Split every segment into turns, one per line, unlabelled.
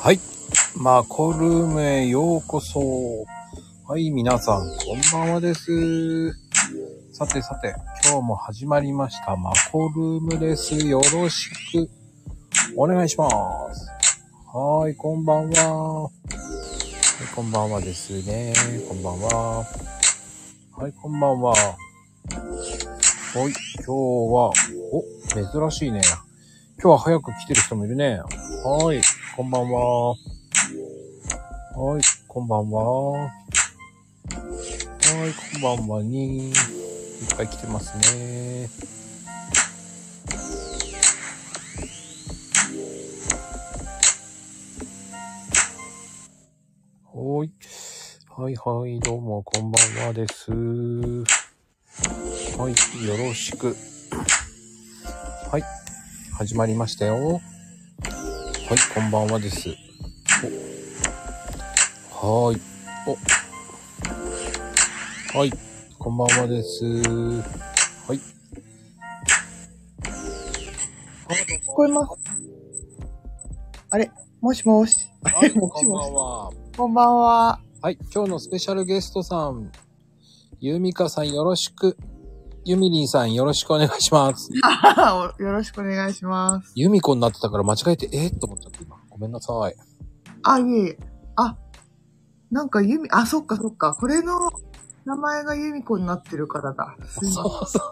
はい。マコルームへようこそ。はい、皆さん、こんばんはです。さてさて、今日も始まりました、マコルームです。よろしく、お願いします。はーい、こんばんは。はい、こんばんはですね。こんばんは。はい、こんばんは。はい、今日は、お、珍しいね。今日は早く来てる人もいるね。はーい、こんばんは。はーい、こんばんは。はーい、こんばんはに。いっぱい来てますね。はーい。はいはい、どうもこんばんはです。はい、よろしく。はい、始まりましたよ。はい、こんばんはです。おはーい。お。はい、こんばんはです。はい。
聞こえます。あれ、もしもし。あ
は
れ、
い、
も
こ
し
んば
も
ん
し。
は。
こんばんは。
はい、今日のスペシャルゲストさん、ゆみかさんよろしく。ゆみりんさんよろしくお願いします。
およろしくお願いします。
ゆみこになってたから間違えて、えーっと思っちゃった今。ごめんなさ い。
あ、いえいえ。あ、なんかユミ、あ、そっかそっか。これの名前がユミ子になってるからだ。すいま
そうそう。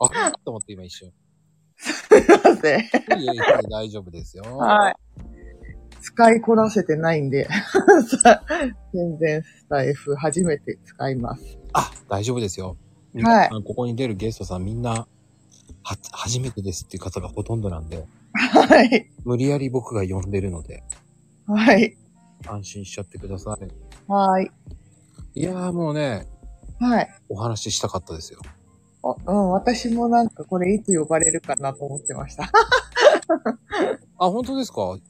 あ、と思って今一瞬。
せん。
いえいえ、大丈夫ですよ。
はい。使いこなせてないんで。 さ全然スタイフ初めて使います。
あ、大丈夫ですよ。
はい
い。ここに出るゲストさんみんな、は、初めてですっていう方がほとんどなんで、
はい。
無理やり僕が呼んでるので、
はい。
安心しちゃってください。
はい。
いやーもうね、
はい。
お話ししたかったですよ。
あうん、私もなんかこれいつ呼ばれるかなと思ってました。
あ、本当ですか
はい。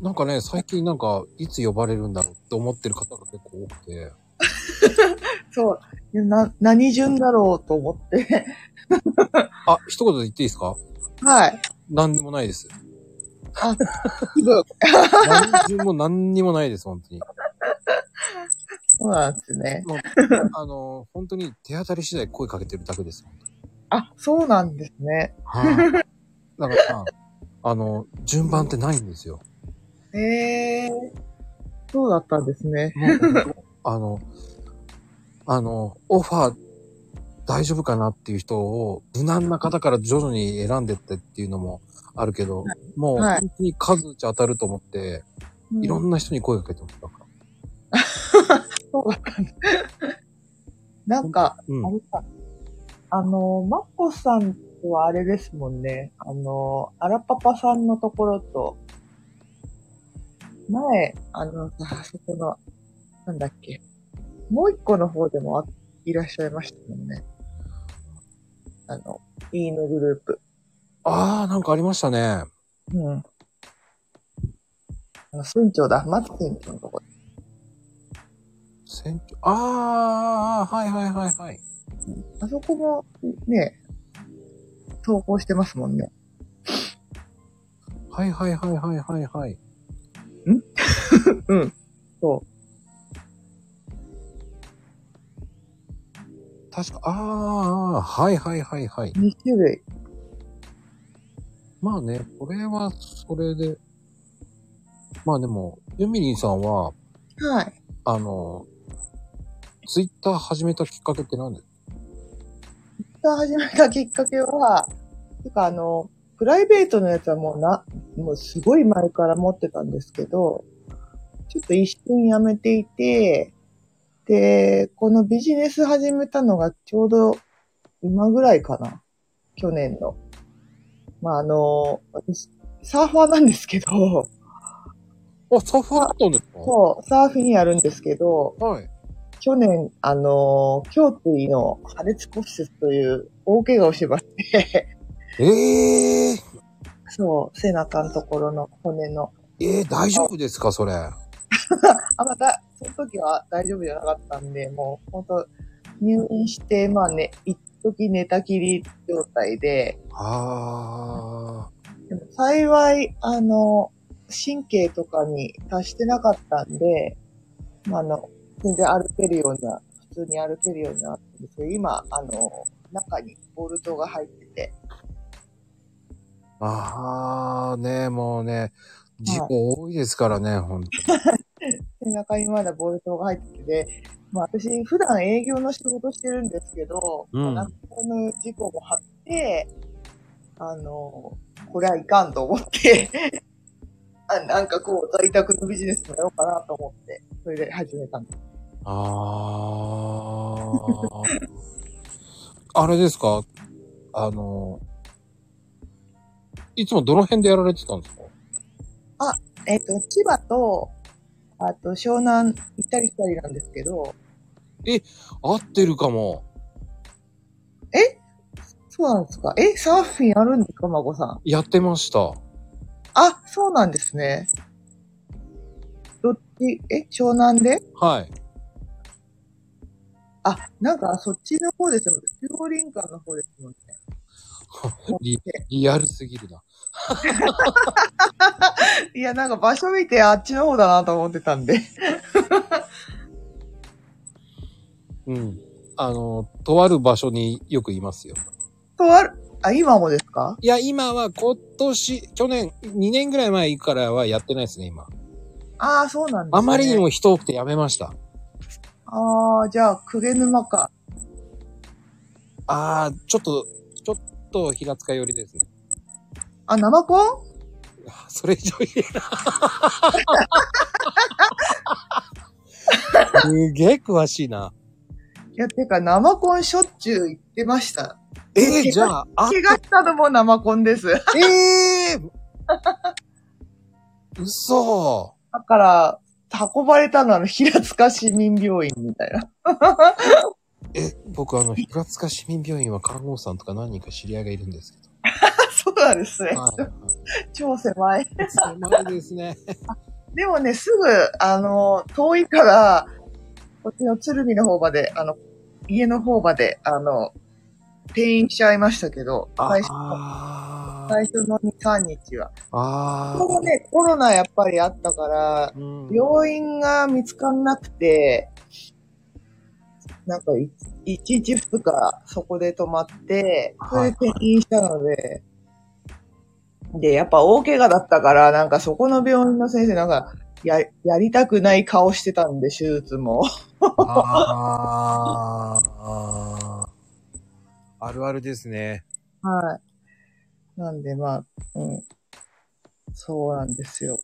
なんかね、最近なんか、いつ呼ばれるんだろうって思ってる方が結構多くて、
そう。いやな、何順だろうと思って。
あ、一言で言っていいですか
はい。
なんでもない です。
そう
何十も何にもないです、本当に。
そうなんですね。
もうあの、本当に手当たり次第声かけてるだけです。
あ、そうなんですね。
はい。だからさ、あの、順番ってないんですよ。
へえ。そうだったんですね。
もうあの、あの、オファー大丈夫かなっていう人を無難な方から徐々に選んでってっていうのもあるけど、もう
はい
本当に数打ち当たると思って、いろ
な。
んな人に声かけてもらったから。
そうだったんだ。なんか、
うん
あ。れか。あの、マッコさんとはあれですもんね。あの、アラパパさんのところと、前、あの、あそこの、なんだっけ。もう一個の方でもあいらっしゃいましたもんね。あの、E のグループ。
ああ、なんかありましたね。
うん。あの、船長だ。松船長のところ。
船長ああ、はいはいはいはい。
あそこも、ね、投稿してますもんね。
はいはいはいはいはいはい。
うん。そう。
確か、ああ、はいはいはいはい。
2種類。
まあね、これはそれで。まあでも、ユミリンさんは、
はい。
あの、ツイッター始めたきっかけって何です
ツイッター始めたきっかけは、てかあの、プライベートのやつはもうな、もうすごい前から持ってたんですけど、ちょっと一瞬やめていて、で、このビジネス始めたのがちょうど今ぐらいかな。去年の。まあ、あの、私、サーファーなんですけど、
かあ、サーファーだったんですか
そう、サーフィンやるんですけど、
はい。
去年、あの、胸椎の破裂骨折という大怪我をしまして、
ええー、
そう、背中のところの骨の。
えー、大丈夫ですかそれ。あ
あ、まだ、その時は大丈夫じゃなかったんで、もう、本当入院して、まあね、一時寝たきり状態で、
あー。
でも幸い、あの、神経とかに達してなかったんで、まあ、あの、全然歩けるような、普通に歩けるようになったんですけど、今、あの、中にボルトが入ってて、
ああ、ね、もうね、事故多いですからね、ほんと。
で中にまだボルトが入ってて、まあ私、普段営業の仕事してるんですけど、
うん
まあ、中の事故も張って、あの、これはいかんと思って、 あなんかこう、在宅のビジネスもやろうかなと思って、それで始めたんです。
ああ。あれですかあの、いつもどの辺でやられてたんですか
えっ、と、千葉と、あと湘南行ったり来たりなんですけど、
合ってるかも。
そうなんですかえ、サーフィンあるんですか、孫さん。
やってました。
あ、そうなんですね。どっち、え、湘南で
はい。
あ、なんかそっちの方ですよね。中央林間の方ですもんね。
リリアルすぎるな。
いや、なんか場所見てあっちの方だなと思ってたんで。
うん。あの、とある場所によくいますよ。
とある、あ、今もですか
いや、今は今年、去年、2年ぐらい前行くからはやってないですね、今。
ああ、そうなんです、ね。
あまりに。も人多くてやめました。
ああ、じゃあ、公家沼か。
ああ、ちょっと、ちょっと平塚寄りですね。
あ、ナマコン
あそれ以上言 えない。すげえ詳しいな。
いや、てか、ナマコンしょっちゅう行ってました。
えー、じゃあ、あ、
怪我したのもナマコンです。
え ー、嘘。
だから、運ばれたのはあの平塚市民病院みたいな。
え、僕あの、平塚市民病院は看護師さんとか何人か知り合いがいるんですけ
そうなんですね
ど。。はいはい。
超狭い。
狭いです ね。
でもね、すぐ、あの、遠いから、こっちの鶴見の方まで、あの、家の方まで、あの、転院しちゃいましたけど、
あ
最初の、
あー。
最初の2、3日は。
あ
このね、コロナやっぱりあったから、
ーうん
病院が見つかんなくて、なんかい、1日2日そこで泊まって、それで転院したので、で、やっぱ大怪我だったから、なんかそこの病院の先生なんか、や、やりたくない顔してたんで、手術も。
あーあるあるですね。
はい。なんで、まあ、うん。そうなんですよ。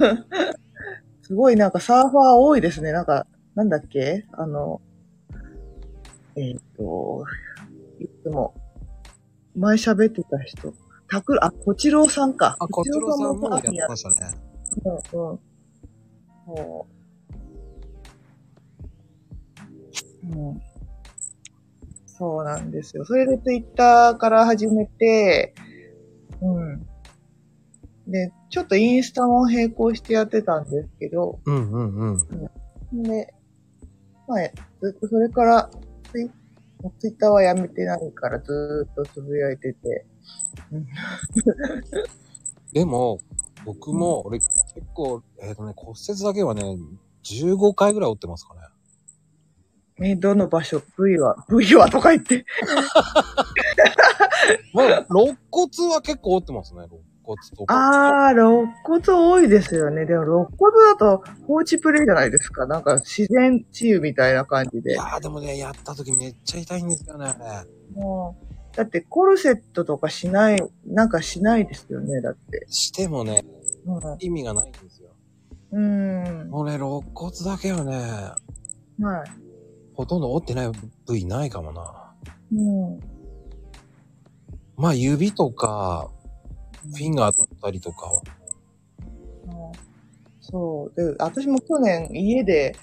すごいなんかサーファー多いですね。なんか、なんだっけあの、えっ、と、いつも、前喋ってた人。たく、あ、こちろうさんか。
あ、こちろさんもやって
る
ましたね。
うんうん。そう。うん。そうなんですよ。それでツイッターから始めて、うん。で、ちょっとインスタも並行してやってたんですけど、
うんうんうん。
で、まあ、ずっとそれからツイ、ツイッターはやめてないからずーっとつぶやいてて、
でも、僕も、俺結構、えっ、とね、骨折だけはね、15回ぐらい折ってますかね。
え、どの場所、V は、V はとか言って、
まあ、肋骨は結構折ってますね、肋骨とか。
ああ、肋骨多いですよね。でも肋骨だと放置プレイじゃないですか。なんか自然治癒みたいな感じ
い
で
や。ーでもね、やった時めっちゃ痛いんですよね、あれ。
もうだってコルセットとかしない、なんかしないですよね、だって。
してもね、
う
意味がないんですよ。
ん。うん。
もうね、肋骨だけはね、
はい。
ほとんど折ってない部位ないかもな。
うん。
まあ、指とか、フィンが当たったりとかは。
そう。で、私も去年家で、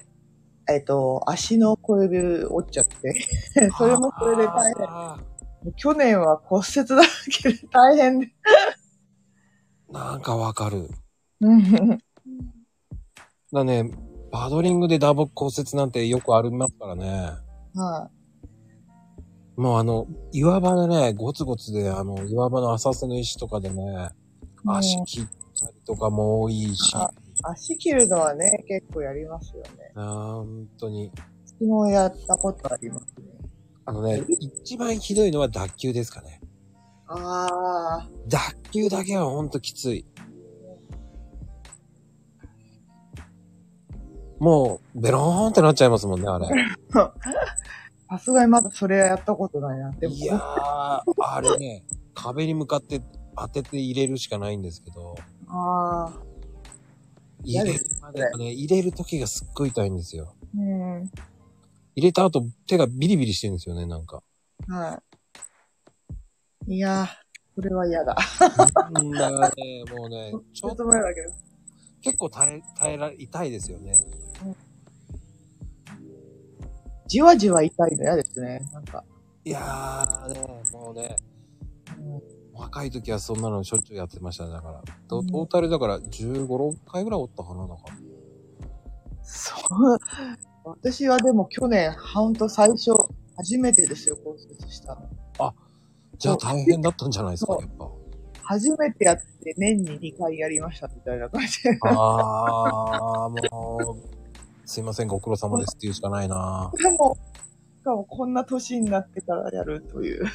えっ、と、足の小指折っちゃ って。それもそれで大変。
あ
去年は骨折だらけで大変で。
ーなんかわかる。
うん。
だね、パドリングで打撲骨折なんてよくありますからね。
は
もうあの、岩場でね、ゴツゴツで、あの、岩場の浅瀬の石とかでね、
もう
足切ったりとかも多いし、
あ足切るのはね、結構やりますよね。
本当に。
昨日やったことありますね。
あのね、一番ひどいのは脱臼ですかね。
ああ、
脱臼だけはほんときつい。もう、ベローンってな っちゃいますもんね、あれ。
さすがにまだそれはやったことないな。でも、
いやー、あれね、壁に向かって当てて入れるしかないんですけど、
ああ、
入れるまでがね、入れる時がすっごい痛いんですよ。
うん。
入れた後、手がビリビリしてるんですよね、 なんか。
はい。いやー、それは嫌だ。
うんだからね、もうね、ちょっ
っ
と
と前だけど。
結構耐え、耐えられ、痛いですよね。
じわじわ痛いの嫌ですね。なんか。
いやーね、もうね、
うん
若い時はそんなのしょっちゅうやってましたね、だから。ト
うん
トータルだから15、6回ぐらいおったかな、だから。
そう。私はでも去年、ほんと最初、初めてですよ、骨折したの。
じゃあ大変だったんじゃないですか、
そ
やっぱ。
初めてやって年に2回やりましたみたいな感じで。
あー、もう、すいません、ご苦労様ですっていうしかないな
しかも、しかもこんな年になってからやるという。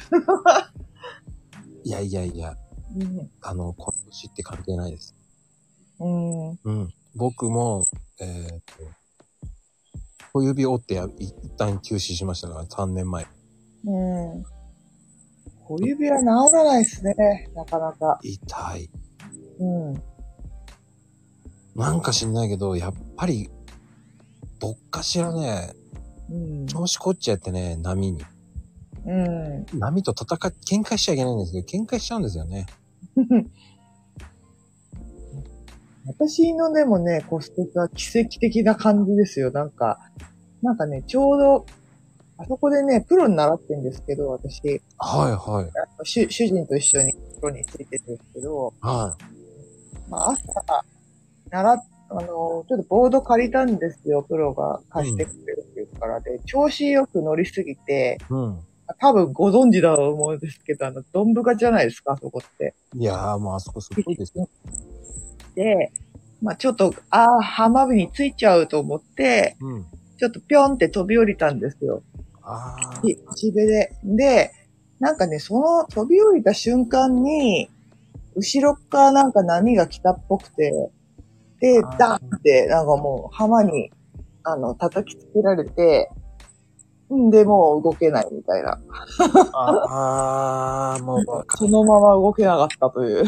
いやいやいや、
うん。
あの、この年って関係ないです。
うん。
うん。僕も、えーっと、小指折ってや一旦休止しましたから、3年前。
うん。小指は治らないですね、なかなか。
痛い。
うん。
なんか知んないけど、やっぱり、どっかしらね、
うん。
調子こっちゃってね、波に。
うん。
波と戦っ、喧嘩しちゃいけないんですけど、喧嘩しちゃうんですよね。
私のでもね、骨折は奇跡的な感じですよ。なんか、なんかね、ちょうど、あそこでね、プロに習ってんですけど、私、
はいはい。
あの主主人と一緒にプロについてるんですけど、
はい。
まあ、朝、習っあの、ちょっとボード借りたんですよ、プロが貸してくれるっていうからで、調子よく乗りすぎて、
うん。
多分ご存知だと思うんですけど、あの、どんぶかじゃないですか、あそこって。
いやー、もうあそこすごいですね。
で、まあちょっと、ああ、浜辺についちゃうと思って、
うん。
ちょっとぴょんって飛び降りたんですよ。
あー。
ししべで。で、なんかね、その飛び降りた瞬間に、後ろっからなんか波が来たっぽくて、で
あー、
ダンって、なんかもう浜に、あの、叩きつけられて、んで、もう動けないみたいな。
あー、もうわか
そ
る。
のまま動けなかったという。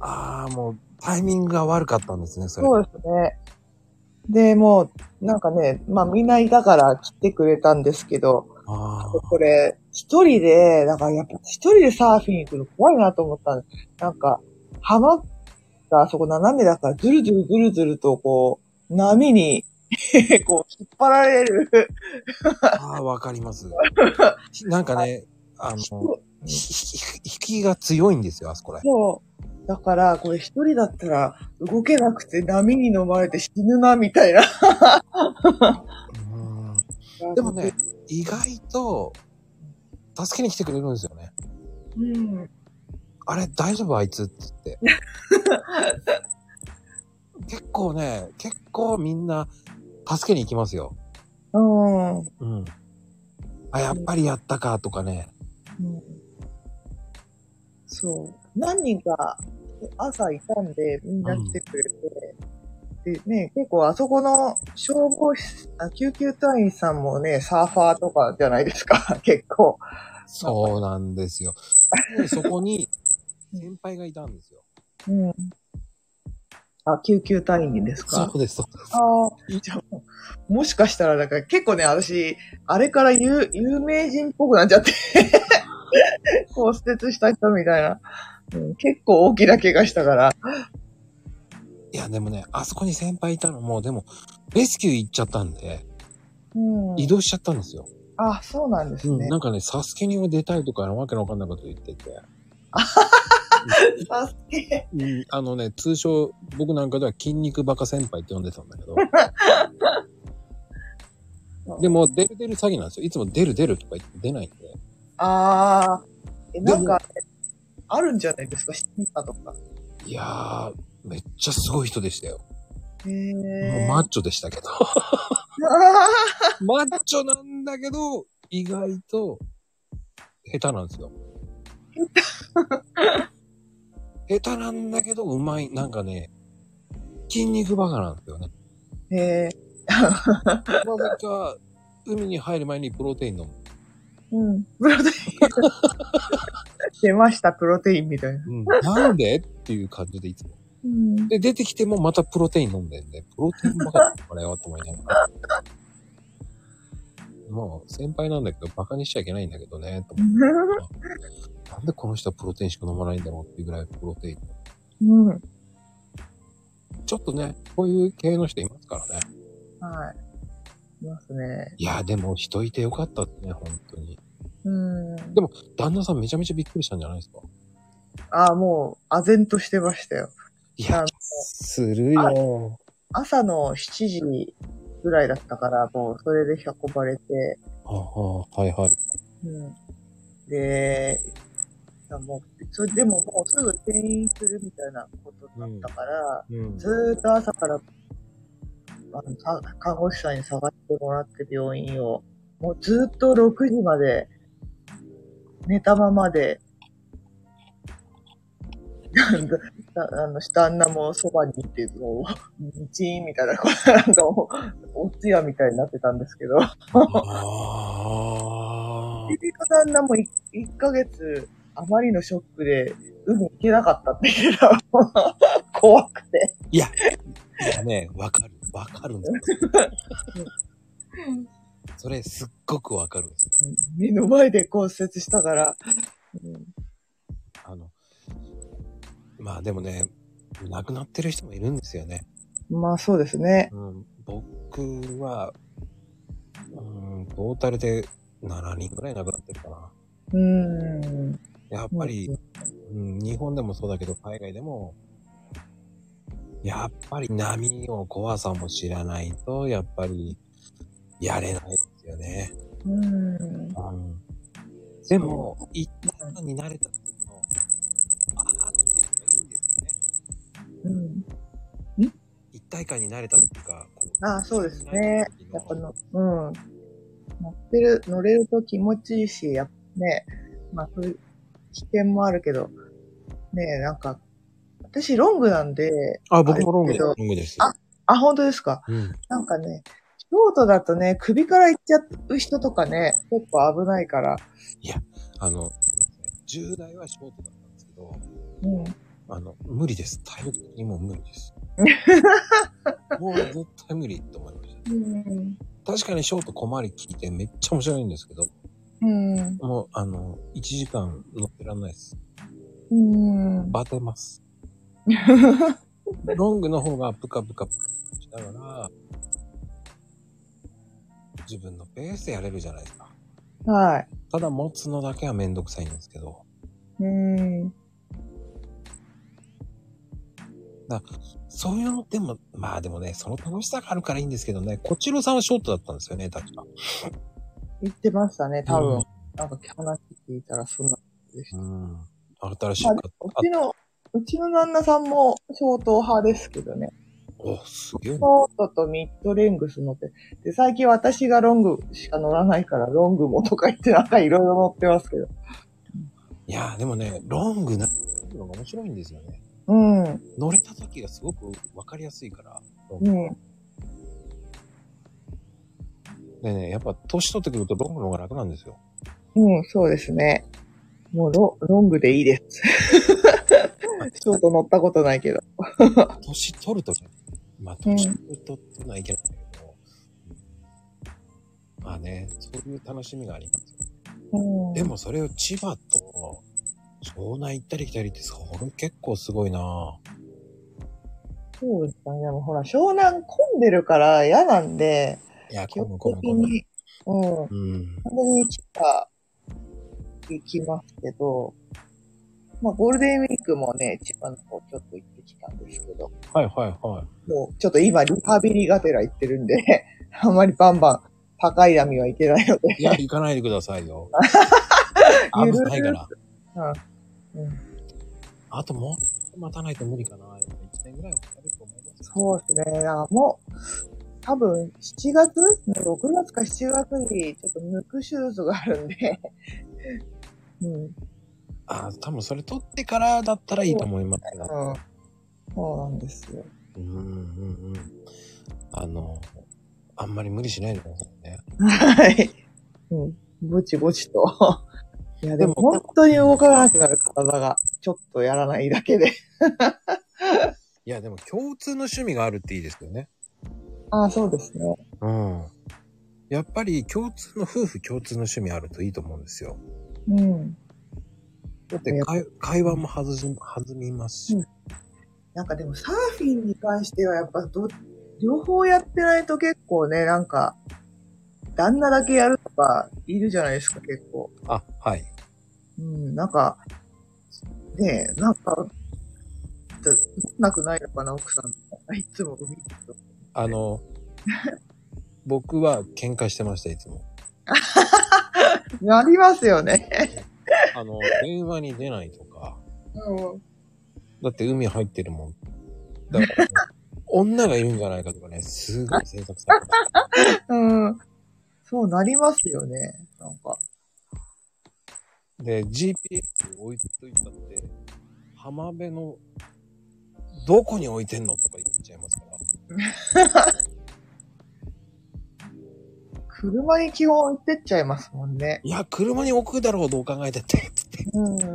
あー、もうタイミングが悪かったんですね、それ。
そうですね。で、もう、なんかね、まあみんないたから来てくれたんですけど、
あ
これ、一人で、だからやっぱ一人でサーフィン行くの怖いなと思ったんです。なんか、浜があそこ斜めだから、ずるずるずるずるとこう、波に、 こう、引っ張られる。
ー、あーわかります。なんかね、あの、
そ
ひひひ引きが強いんですよ、あそこらへん。
う。だから、これ一人だったら、動けなくて波に飲まれて死ぬな、みたいな。
うんでもね、意外と、助けに来てくれるんですよね。
うん。
あれ、大丈夫あいつって言 って。結構ね、結構みんな、助けに行きますよ。
うん。うん。
うん。あ、やっぱりやったか、とかね。
そう。何人か、朝いたんで、みんな来てくれて、でね、結構あそこの消防士、あ救急隊員さんもね、サーファーとかじゃないですか、 結構。
そうなんですよ。でそこに、先輩がいたんですよ。
うん。あ、救急隊員ですか
そうです、そうです。
ああ、じゃあ、もしかしたら、だから結構ね、私、あれから有有名人っぽくなっちゃって、 骨折した人みたいな、うん。結構大きな怪我したから。
いや、でもね、あそこに先輩いたのも、でも、レスキュー行っちゃったんで、
うん
移動しちゃったんですよ。
あ、そうなんです
うん、
ね
な。んかね、サスケにも出たいとか、わけのわかんないこと言ってて。
サスケ。
うん、あのね、通称、僕なんかでは筋肉バカ先輩って呼んでたんだけど。でも、出る出る詐欺なんですよ。いつも出る出るとか言って出ないんで。
ああ、
で
え、な
も
んか、あるんじゃないですか、審査とか。
いやー、めっちゃすごい人でしたよ。
へえ。
もうマッチョでしたけど。
あ
マッチョなんだけど、意外と、下手なんですよ。下手なんだけど、うまい。なんかね、筋肉バカなんですよね。
ー へえ。
なぜか、海に入る前にプロテイン飲む。
うん。プロテイン。 出ました、プロテインみたいな。
うん、なんでっていう感じでいつも。
うん。
で、出てきてもまたプロテイン飲んでんで、プロテインバカだったからよ、と思いながら。もう、先輩なんだけど、バカにしちゃいけないんだけどね、と思って。なんでこの人はプロテインしか飲まないんだろうっていうぐらいプロテイン。
うん。
ちょっとね、こういう系の人いますからね。
はい。いますね。
いや、でも人いてよかったですね、本当に。
うん。
でも、旦那さんめちゃめちゃびっくりしたんじゃないですか。
ああ、もう、唖然としてましたよ。
い
あ
や
の、
するよ。
朝の7時ぐらいだったから、もう、それで運ばれて、
はあ、はあ、はいはい。
うん。で、いやもう、それでももうすぐ転院するみたいなことになったから、
うん
ずーっと朝から、あの、さ看護師さんに探してもらって病院を、もうずーっと6時まで、寝たままで、なんか、ああの、旦那もそばにいて、もう、 チーンみたいな、こうなんかもう、お通夜みたいになってたんですけど、
ああ
ビ。ビカ旦那も 1, ヶ月、あまりのショックで、海行けなかったって言ってた。 怖くて。
いやね、わかる。わかるんですよ。それ、すっごくわかるんですよ。
目の前で骨折したから。
あの、まあでもね、亡くなってる人もいるんですよね。
まあそうですね。
うん、僕は、うん、トータルで7人ぐらい亡くなってるかな。
うーん。
やっぱり、うん、日本でもそうだけど、海外でも、やっぱり波を怖さも知らないと、やっぱり、やれないですよね。
うーん。
うん、でも、一旦に慣れた時の、あーっていうのがいいんですよね。
うん、
一体感に慣れたっていうか、こう
ああ、そうですね。
時
や
の
っぱの、うん。乗ってる、乗れると気持ちいいし、やっぱね、まあそういう危険もあるけど、ねえ、なんか、私ロングなんで、
あ、僕もロングです。
あ
ロ
る
ングです。
ああ、本当ですか
うん。
なんかね、ショートだとね、首からいっちゃう人とかね、結構危ないから。
あの、10代はショートだったんですけど、
うん。
あの、無理です。体力的にもう無理 です。もう絶対無理と思いまし
うん。
た。確かにショート困り聞いてめっちゃ面白いんですけど、
うん。
もうあの、1時間乗ってらんないです。
うん。
バテます。ロングの方がプカプカプカしながら、自分のペースでやれるじゃないですか。
はい。
ただ持つのだけはめんどくさいんですけど。
うん。
そういうのでも、まあでもね、その楽しさがあるからいいんですけどね、こちろさんはショートだったんですよね、確か。
言ってましたね、多分。なんか話聞いたらそんな。
うん。うん。新しい
まあ
方。
うちの、うちの旦那さんもショート派ですけどね。
お、すげえ
シ
な。
ョートとミッドレングス乗って。で、最近私がロングしか乗らないから、ロングもとか言ってなんかいろいろ乗ってますけど。
いやーでもね、ロングな、のが面白いんですよね。
うん。う
乗れた時がすごくわかりやすいから。
ん。
でね、やっぱ年取ってくるとロングの方が楽なんですよ。
うん、そうですね。もうロロングでいいです。ショート乗ったことないけど。
年取るとね、まあ年取るとっていうのはいけないんだけど、まあね、そういう楽しみがありますよ。
うん、
でもそれを千葉と湘南行ったり来たりって、それ結構すごいなぁ。
そうですかね。でもほら、湘南混んでるから嫌なんで、
いや、
基
こむこ
本
む
的
こむ。
に、うん、
うん。
完全に千葉行きますけど、まあゴールデンウィークもね、千葉の方ちょっと行ってきたんですけど、
はいはいはい。
もうちょっと今リハビリがてら行ってるんで、あんまりバンバン高い波はいけないので。
いや、行かないでください よ。
ゆる
危
ー
ないから。
うん、
あともう、待たないと無理かな。やっぱ1年ぐらいはかかると思います。
そうですね。だからもう、多分、7月 ?6 月か7月に、ちょっと抜く手術があるんで。 うん。
あー多分それ取ってからだったらいいと思いますけど。
うんそうなんですよ。
うんうんうん。あの、あんまり無理しないでくださいね。
はい。うん。ぼちぼちと。いや、でも
でも
本当に動かなくなる体が、ちょっとやらないだけで。
いや、でも共通の趣味があるっていいですよね。
ああ、そうですね。
うん。やっぱり共通の夫婦共通の趣味あるといいと思うんですよ。
うん。
だって会会話も弾む弾みますし。
うんなんかでもサーフィンに関してはやっぱど、両方やってないと結構ね、なんか、旦那だけやるとかいるじゃないですか、結構。
あ、はい。
うん、なんか、ねえ、なんか、だなくないのかな、奥さんとか。いつも海とか
あの、僕は喧嘩してました、いつも。
なりますよね。
あ の、電話に出ないとか。
うん。
だって海入ってるもん。だから、女がいるんじゃないかとかね、すごい制作された。
うん。そうなりますよね。なんか。
で、GPS 置いといたって、浜辺の、どこに置いてんのとか言っちゃいますから。
車に基本行ってっちゃいますもんね。
いや、車に置くだろう、どう考えてって。 つって。
うん。
だか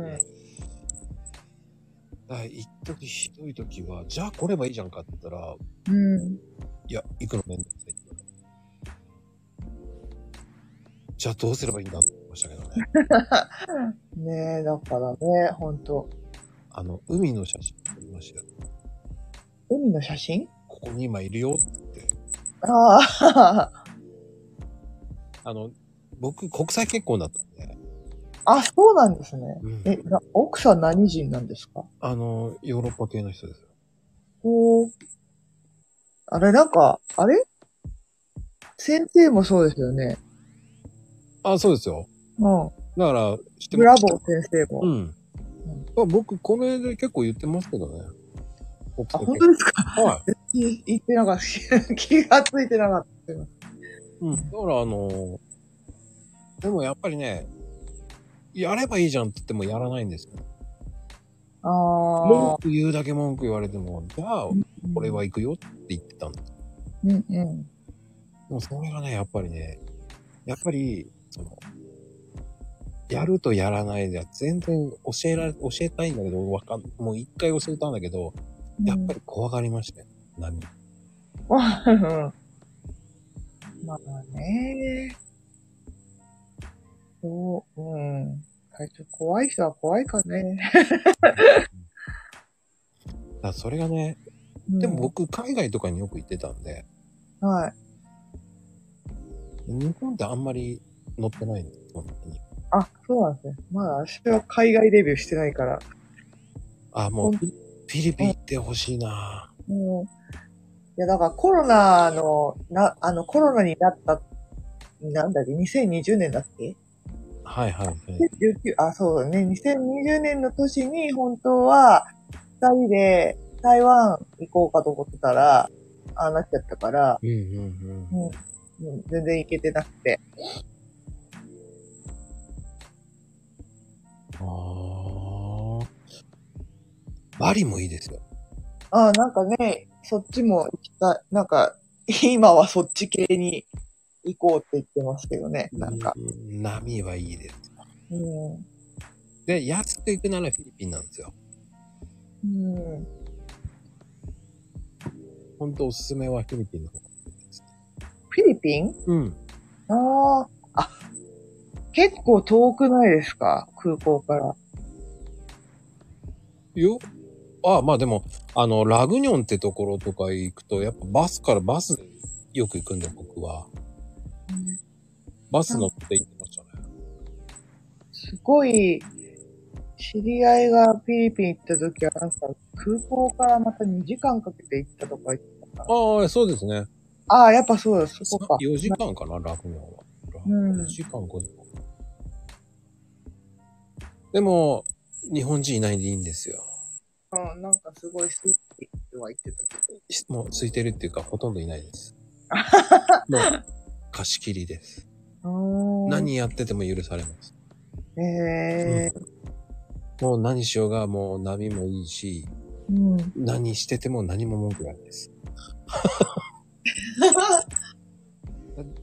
ら一時ひどい時は、じゃあ来ればいいじゃんかって言ったら、
うん。
いや、行くのめんどくさいって言われて。じゃあどうすればいいんだって言いましたけどね。
ねえ、だからね、ほんと。
あの、海の写真撮りましたよ。
海の写真
ここに今いるよ。
ああ、
あの、僕、国際結婚だったんで。
あ、そうなんですね。
うん
え、な奥さん何人なんですか
あの、ヨーロッパ系の人ですよ。
おーあれ、なんか、あれ先生もそうですよね。
あ、そうですよ。
うん。
だから、知って
ブラ
ま
ボー先生も。
うん。あ僕、この辺で結構言ってますけどね。国
あ、
際
本
結
当ですか
婚。はい。
い言ってなかった。 気がついてなかった。
うん。だから、あのーでもやっぱりね、やればいいじゃんって言ってもやらないんですよ。
あ
文
あ。
句言うだけ文句言われても、じゃあ、俺は行くよって言ってたんです。
うんうん。
でもそれがね、やっぱりね、やっぱり、その、やるとやらないでは全然教えられ、教えたいんだけど、わかん、もう一回教えたんだけど、やっぱり怖がりましたね。波。
うん。 まあね。そう、うん。最初怖い人は怖いかね。
だからそれがね、でも僕、海外とかによく行ってたんで、
うん、はい。
日本ってあんまり乗ってないんですよ、本当に。
あ、そうなんですね。まだ私は海外デビューしてないから。
あ、もう、
ほん
フィリピン行ってほしいな
うん。いや、だからコロナの、な、あの、コロナになった、なんだっけ、2020年だっけ
はいはいはい。
19あ、そうだね。2020年の年に本当は、二人で台湾行こうかと思ってたら、ああなっちゃったから、
うんうんうん。
うん、うん全然行けてなくて。
ああ。バリもいいですよ。
ああ、なんかね、そっちも行きたい。なんか、今はそっち系に行こうって言ってますけどね。なんか。
う。波はいいです。
うん。
で、安く行くならフィリピンなんですよ。
うん。
ほんとおすすめはフィリピンの方がいいです。
フィリピン
うん。
ああ。あ、結構遠くないですか空港から。
よああ、まあでも、あの、ラグニョンってところとか行くと、やっぱバスからバスでよく行くんで、僕は。バス乗って行ってましたね。
すごい、知り合いがフィリピン行った時は、なんか空港からまた2時間かけて行ったとか言ってたから。
ああ、そうですね。
ああ、やっぱそうだ、そこか。
4時間かな、落語は。
うん
4時間5時間。でも、日本人いないでいいんですよ。
うん、なんかすごい好きっては言ってたけど。
もう空いてるっていうか、ほとんどいない です。もう、貸し切りです。何やってても許されます。
ええ
もう何しようが、もう波もいいし、
うん。
何してても何も文句ないです。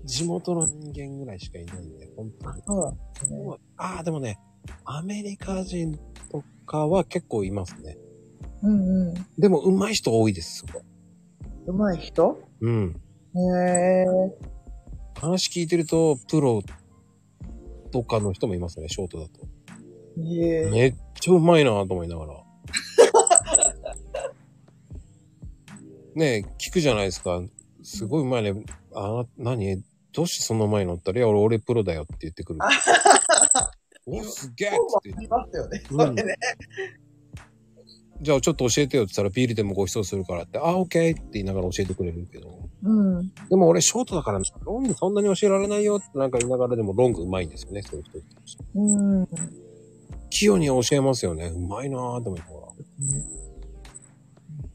地元の人間ぐらいしかいないんで、本当に。
そうなんですね。
ああ、でもね、アメリカ人とかは結構いますね。
うんうん。
でも、上手い人多いです、そこ。
うまい人
うん。
へえ
話聞いてると、プロとかの人もいますね、ショートだと。
ー。へえ
めっちゃうまいなと思いながら。ねえ、聞くじゃないですか。すごいうまいね。あ、何どうしてそんなうまいのって言ったら、いや、俺、俺プロだよって言ってくる。お、すげえっ
そう
つ
は
って言
あ
って
りますよね。
う
そ
ん
れね。
じゃあちょっと教えてよって言ったら、ビールでもご馳走するからって、あ、オッケーって言いながら教えてくれるけど。
うん。
でも俺、ショートだから、ロングそんなに教えられないよってなんか言いながらでも、ロングうまいんですよね、そういう人。
うん。
器用に教えますよね。うまいなぁと思いながら。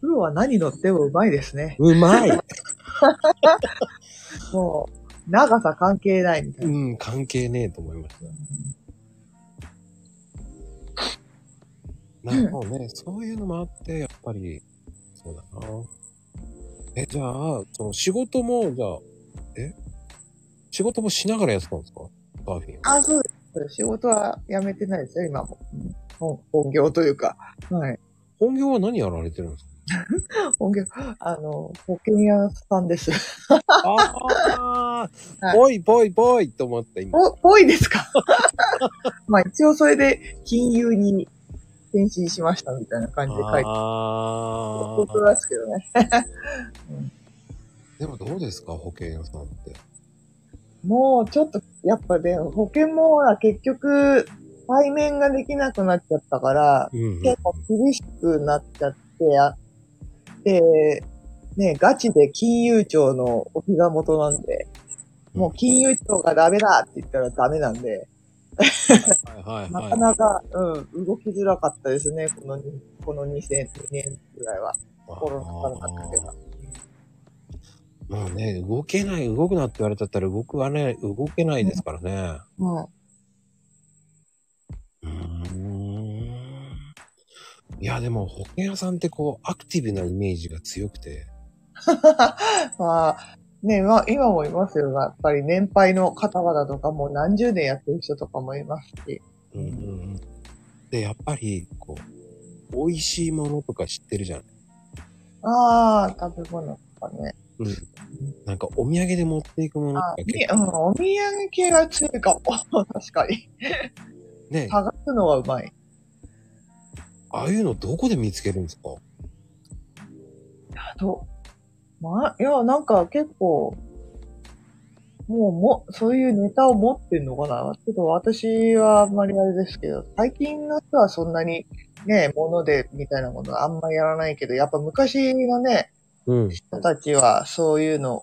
プロは何乗ってもうまいですね。
うまい
もう、長さ関係ないみたいな。
うん、関係ねえと思いました。なるほどね、そういうのもあって、やっぱり、そうだな。え、じゃあ、その仕事も、じゃあ、え仕事もしながらやってたんですかサーフィンを。
あ、そうです。仕事は辞めてないですよ、今も。うん本本業というか。はい。
本業は何やられてるんですか
本業、あの、保険屋さんです。
ああ、
はい
ぽいぽいぽいと思った今。
お、多いですか まあ一応それで金融に転身しましたみたいな感じで書いて
あ
本当
あ。
ですけどね。
でもどうですか保険屋さんって。
もうちょっと、やっぱね、保険もほら結局、対面ができなくなっちゃったから、
うんうん、
結構厳しくなっちゃって、あで、ね、ガチで金融庁のお膝元なんで、もう金融庁がダメだって言ったらダメなんで、
はい
な
はい
か
はい。
なか、うん、動きづらかったですね、この、この2002年ぐらいは。コロナ禍の中では。
まあね、動けない、動くなって言われちゃったら動くはね、動けないですからね。
はい。
うーん。いや、でも保険屋さんってこう、アクティブなイメージが強くて。
まあ、ね、まあ、今もいますよ。やっぱり年配の方々とかもう何十年やってる人とかもいますし。
うんうんうん。で、やっぱり、こう、美味しいものとか知ってるじゃん。
ああ、食べ物とかね。
うん。なんかお土産で持っていくものと
あ
か
ー
結
み
構
うん、お土産系が強いかも。 確かに。
ね、あ
探すのはうまい。
あいうのどこで見つけるんですか
あと、まあ、いや、なんか結構、もうも、そういうネタを持ってんのかなちょっと私はあんまりあれですけど、最近の人はそんなにね、ものでみたいなことはあんまりやらないけど、やっぱ昔のね、
うん。
人たちはそういうの、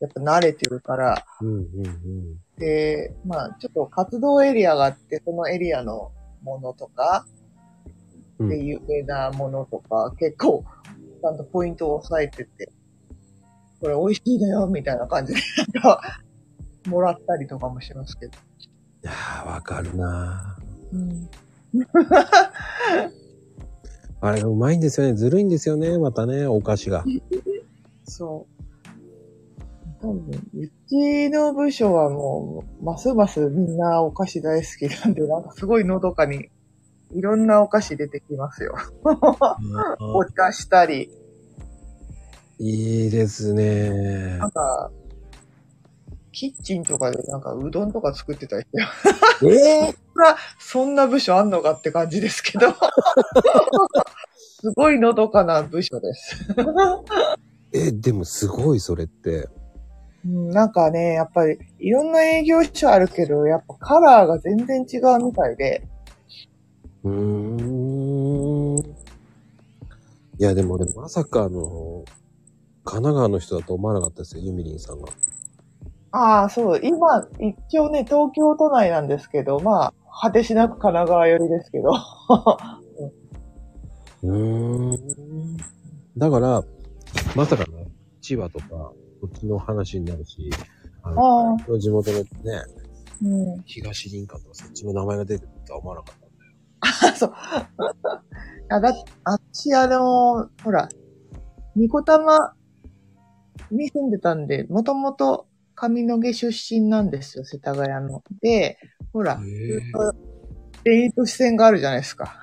やっぱ慣れてるから、
うんうんうん。
で、まあ、ちょっと活動エリアがあって、そのエリアのものとか、
うん
で、有名なものとか、結構、ちゃんとポイントを押さえてて、これ美味しいだよ、みたいな感じで、なんか、もらったりとかもしますけど。
いやー、わかるなー
うん。
あれがうまいんですよね。ずるいんですよね。またね、お菓子が。
そう。多分、うちの部署はもう、ますますみんなお菓子大好きなんで、なんかすごいのどかに、いろんなお菓子出てきますよ。お茶したり、
いいですね
なんか、キッチンとかでなんかうどんとか 作ってたりして、
ええ
そんな部署あんのかって感じですけど。 すごいのどかな部署です。
え、でもすごいそれって。
うんなんかね、やっぱりいろんな営業所あるけど、やっぱカラーが全然違うみたいで、
うーん。いや、でも俺まさかあの、神奈川の人だと思わなかったですよ、ユミリンさんが。
ああ、そう。今、一応ね、東京都内なんですけど、まあ、果てしなく神奈川寄りですけ ど。
うーん。だから、まさかね、千葉とか、こっちの話になるし、あの、
ああ、
地元のね、
うん。
東林間とかそっちの名前が出てくるとは思わなかった。
あだあっち、あの、ほら、ニコタマに住んでたんで、もともと上野毛出身なんですよ、世田谷の。で、ほら、
へえ。
デイト視線があるじゃないですか。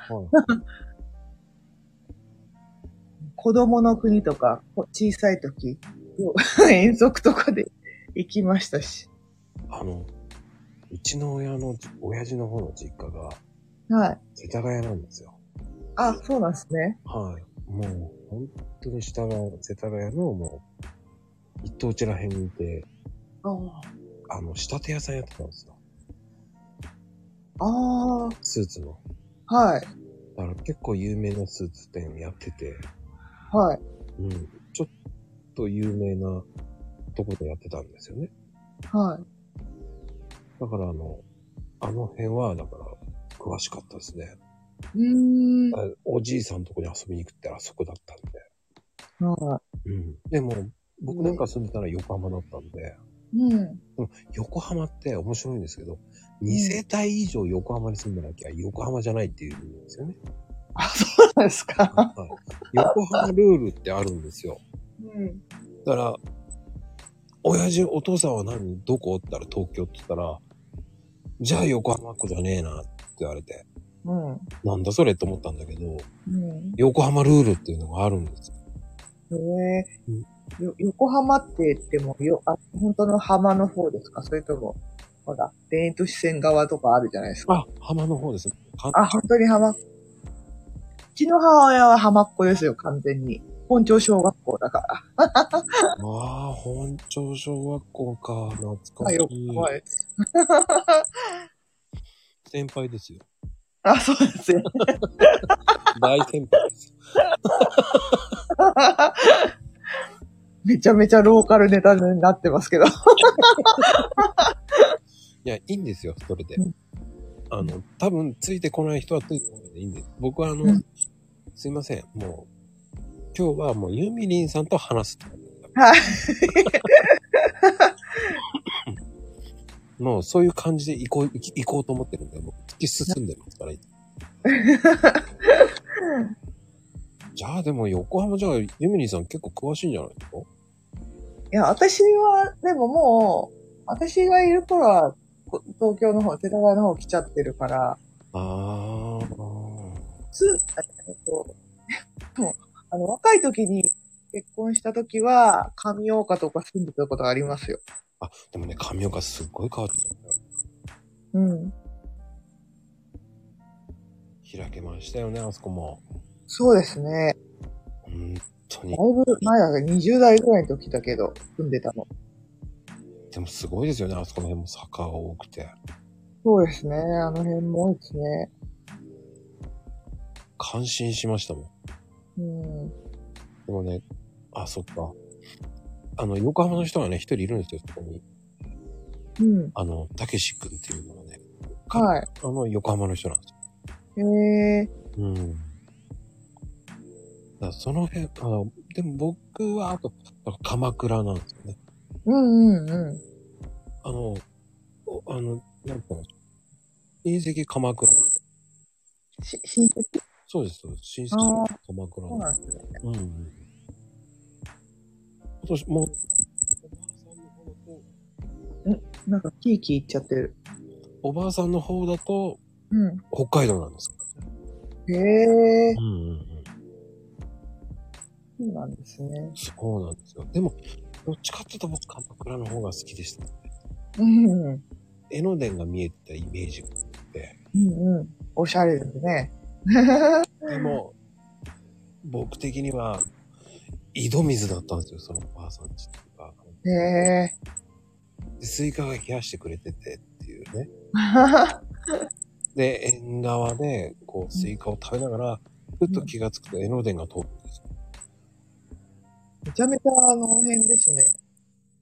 子供の国とか、こ小さい時、 よう遠足とかで 行きましたし。
あの、うちの親の、親父の方の実家が
はい。
世田谷なんですよ。
あ、そうなんですね。
はい。もう、本当に下が世田谷のもう、一等地ら辺にいて、
あ
あの、仕立て屋さんやってたんですよ。
あー、
スーツの。
はい、
だから結構有名なスーツ店やってて、
はい。
うん。ちょっと有名なとこでやってたんですよね。
はい。
だからあの、あの辺は、だから、詳しかったですね。
うーん。
あおじいさんのとこに遊びに行くってあそこだったんで。
は
うん。でも、僕なんか住んでたら横浜だったんで、
い。うん。
横浜って面白いんですけど、2世帯以上横浜に住んでなきゃ横浜じゃないっていうんですよね。
あ、そうなんですか。
はい横浜ルールってあるんですよ。
うん。
だから、親父、お父さんは何どこって言ったら東京って言ったら、じゃあ横浜っ子じゃねえなって言われて、
うん。
なんだそれって思ったんだけど、
うん。
横浜ルールっていうのがあるんですよ。
へえよ横浜って言ってもよあ、本当の浜の方ですかそれとも、ほら、田園都市線側とかあるじゃないです
あ、
か。
浜の方ですね。か
あ、本当に浜。うちの母親は浜っ子ですよ、完全に。本町小学校だから。
ああ、本町小学校か。懐か
は
し
い、
い。
怖いです。
先輩ですよ。
あ、そうですよ。
大先輩です。
めちゃめちゃローカルネタになってますけど。
いや、いいんですよ、それで
うん。
あの、多分、ついてこない人はついてこないでいいんです。僕は、あの、
うん
すいません、もう、今日はもう、ユーミリンさんと話すってことだから。
はい
もう、そういう感じで行こう、行き行こうと思ってるんで、もう、突き進んでますから。 じゃあ、でも、横浜じゃあ、ユーミリンさん結構詳しいんじゃないですか
いや、私は、でももう、私がいる頃は、こ東京の方、世田谷の方来ちゃってるから、
あ
普通、えっと、でもあの、若い時に結婚した時は、上大岡とか住んでたことがありますよ。
あ。あ、でもね、神岡すっごい変わってたんだよ。
うん。
開けましたよね、あそこも。
そうですね。
本当
だ
に
い。ぶ前だけど、20代ぐらいの時だけど、住んでたの。
でもすごいですよね、あそこの辺も坂が多くて。
そうですね。あの辺も多いですね。
感心しましたもん。
うん。
でもね、あ、そっか。あの、横浜の人がね、一人いるんですよ、そこに。
うん。
あの、たけし君っていうのがね。
はい。
あの、横浜の人なんですよ。
へえ。
うん。だからその辺、あの、でも僕は、あと、だから鎌倉なんですよね。
うんうんうん。
あの、おあの、なんていうの親戚鎌倉なんですよ。
し、親戚
そうです、そうです。親戚
あ
鎌倉
そう
なんです
なんですね。
うんうんうん。今年もう、
なんか、キーキー言っちゃってる。
おばあさんの方だと、
うん。
北海道なんですか、
へえ。
うんうんうん。
そうなんですね。
そうなんですよ。でも、どっちかっていうと僕、鎌倉の方が好きでした。
うんうん。
江ノ電が見えてたイメージがあって。
うんうん。おしゃれですね。
でも、僕的には、井戸水だったんですよ、そのおばあさんちとか。
へえ。
でスイカが冷やしてくれててっていうね。
あ
で、縁側で、こう、スイカを食べながら、ふっと気がつくと江ノ電が通るんですよ。
めちゃめちゃあの辺ですね。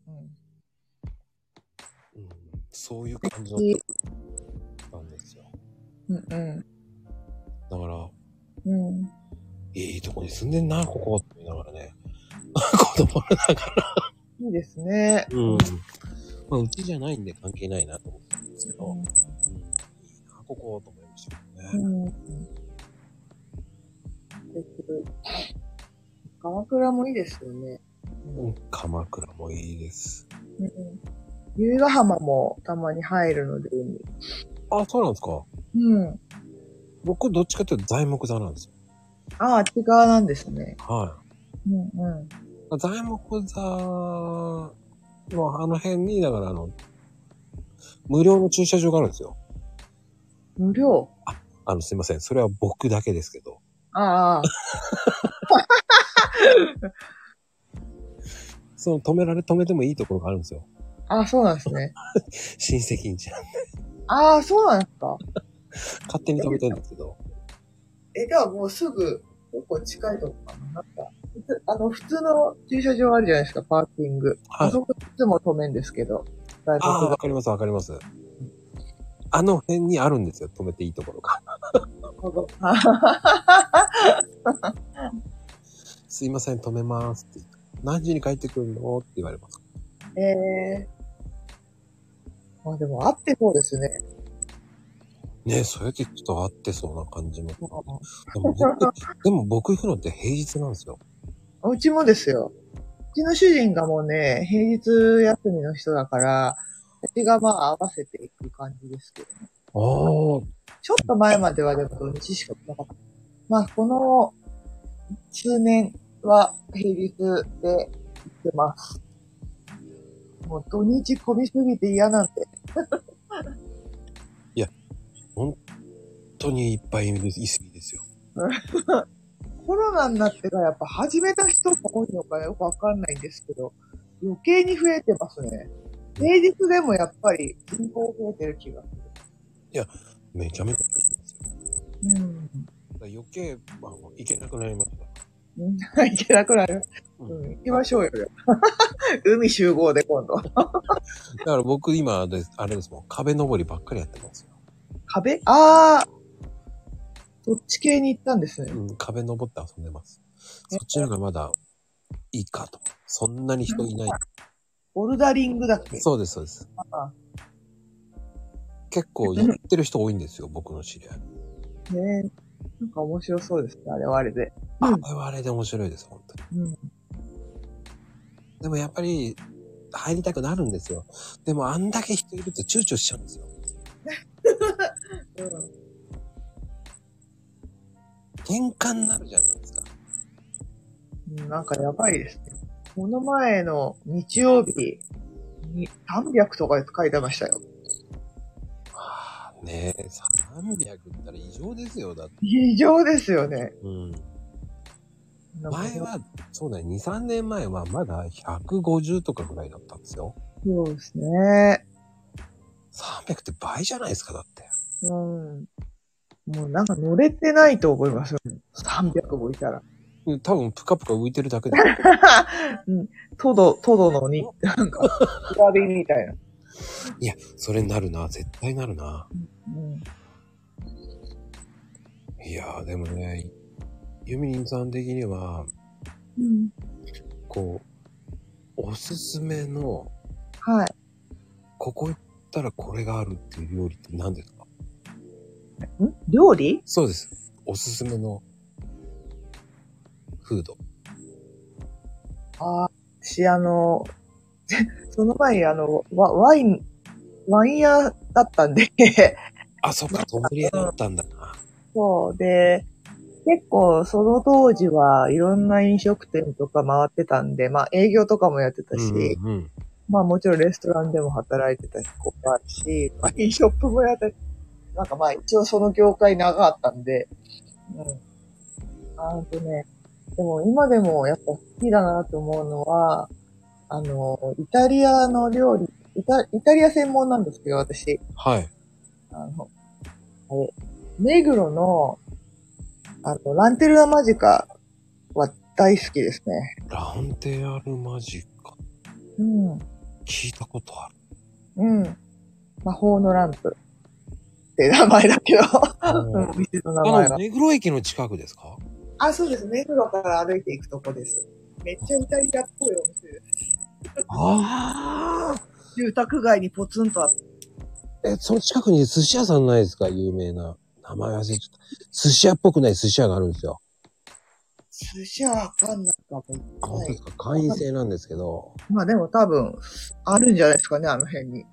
うん。
うん、そういう感じだったんですよ。
うんう
だから、
ん。うん。
いいとこに住んでんな、ここって言いながらね。 子供の中
いいですね。
うん。まあ、うちじゃないんで関係ないなと思ったんですけど、うん、いいな、ここと思いましたけど
う
ね。
ん。です。鎌倉もいいですよね。
うん、鎌倉もいいです。
うん。由比ヶ浜もたまに入るので、海に。
あ、そうなんですか。
うん。
僕、どっちかっていうと材木座なんですよ。
ああ、あっち側なんですね。
は
うんうん。
い。材木座のあの辺に、だからあの、無料の駐車場があるんですよ。
無料
あの、すいません。それは僕だけですけど。
ああ。
その止められ、止めてもいいところがあるんですよ。
ああ、そうなんですね。
親戚んちゃん。
ああ、そうなんですか。
勝手に止めてるんですけど。
え、じゃあもうすぐ、結構近いとこかな。なんか、普通あの、普通の駐車場あるじゃないですか、パーキング。
はい
あそこいつも止めんですけど。外
ああ、わ
国
かります、わかります。あの辺にあるんですよ、止めていいところが。
語。あ
すいません、止めますって言って。何時に帰ってくるのって言われます。
ええまあでも、あってそうですね。
ねえ、そうやってちょっと合ってそうな感じも。で も僕、でも僕行くのって平日なんですよ。
うちもですよ。うちの主人がもうね、平日休みの人だから、うちがまあ合わせていく感じですけど。
ああ、
ちょっと前まではでも土日しか来なかった。まあ、この数年は平日で行ってます。もう土日混みすぎて嫌なんで。
本当にいっぱいいる、いすぎですよ。
コロナになってからやっぱ始めた人も多いのかよくわかんないんですけど、余計に増えてますね。平日でもやっぱり人口増えてる気がす
めちゃめちゃいるんですよ。
る。うん。
だから余計、まあ、行けなくなりました。
みんな行けなくなる。うん、行きましょうよ。 海集合で今度。
だから僕今です、あれですもん、壁登りばっかりやってますよ。
壁ああ。そっち系に行ったんですね。
うん、壁登って遊んでます。そっちの方がまだいいかと。そんなに人いない。
ボルダリングだっけ
そうです、そうです
あ。
結構やってる人多いんですよ、僕の知り合い。
ねえ。なんか面白そうですね、あれはあれで。
あ
うん
れはあれで面白いです、本当に。
うん。
でもやっぱり、入りたくなるんですよ。でもあんだけ人いると躊躇しちゃうんですよ。
うん、
喧嘩になるじゃないですか。
うんなんかやばいですね。この前の日曜日に300とか書いてましたよ。
ああ、ねえ、300ったら異常ですよ、だって。
異常ですよね。
うん。
なんか
前は、そうだね、2、3年前はまだ150とかぐらいだったんですよ。
そうですね。
300って倍じゃないですか、だって。
うん。もうなんか乗れてないと思いますよ。300もいたら。
うん多分、ぷかぷか浮いてるだ けで。
うん。トド、トドのに、なんか、グラビーみたいな。
いや、それになるな、絶対なるな。
うん。
いやー、でもね、ユミリンさん的には、
うん。
こう、おすすめの、
はい。
ここ行ったらこれがあるっていう料理って何ですか
ん料理
そうです。おすすめの、フード。
ああ、私、あの、 その前に、あの、ワワイン、ワイン屋だった んで、
あ、そっか、ソムリエだったんだな。
そう、で、結構その当時はいろんな飲食店とか回ってたんで、まあ営業とかもやってたし、
うんうん、
まあもちろんレストランでも働いてたし、ここあるし、ワインショップもやって、なんかまあ一応その業界長かったんで、うん。あんとね、でも今でもやっぱ好きだなと思うのは、あの、イタリアの料理、イタイタリア専門なんですけど、私。
はい。
あの、あれ、目黒の、あの、ランテルラマジカは大好きですね。
ランテアルマジック。
うん。
聞いたことある。
うん。魔法のランプ。って名前だけど。
あ
うん
の、
店の名前が。
目黒駅の近くですか
あ、そうです。目黒から歩いていくとこです。めっちゃイタリアっぽいお店です。
ああ。
住宅街にポツンとあって。
え、その近くに寿司屋さんないですか有名な。名前忘れちゃった。寿司屋っぽくない寿司屋があるんですよ。
寿司はわかんないかも。
あ、本当ですか会員制なんですけど。
まあでも多分、あるんじゃないですかね、あの辺に。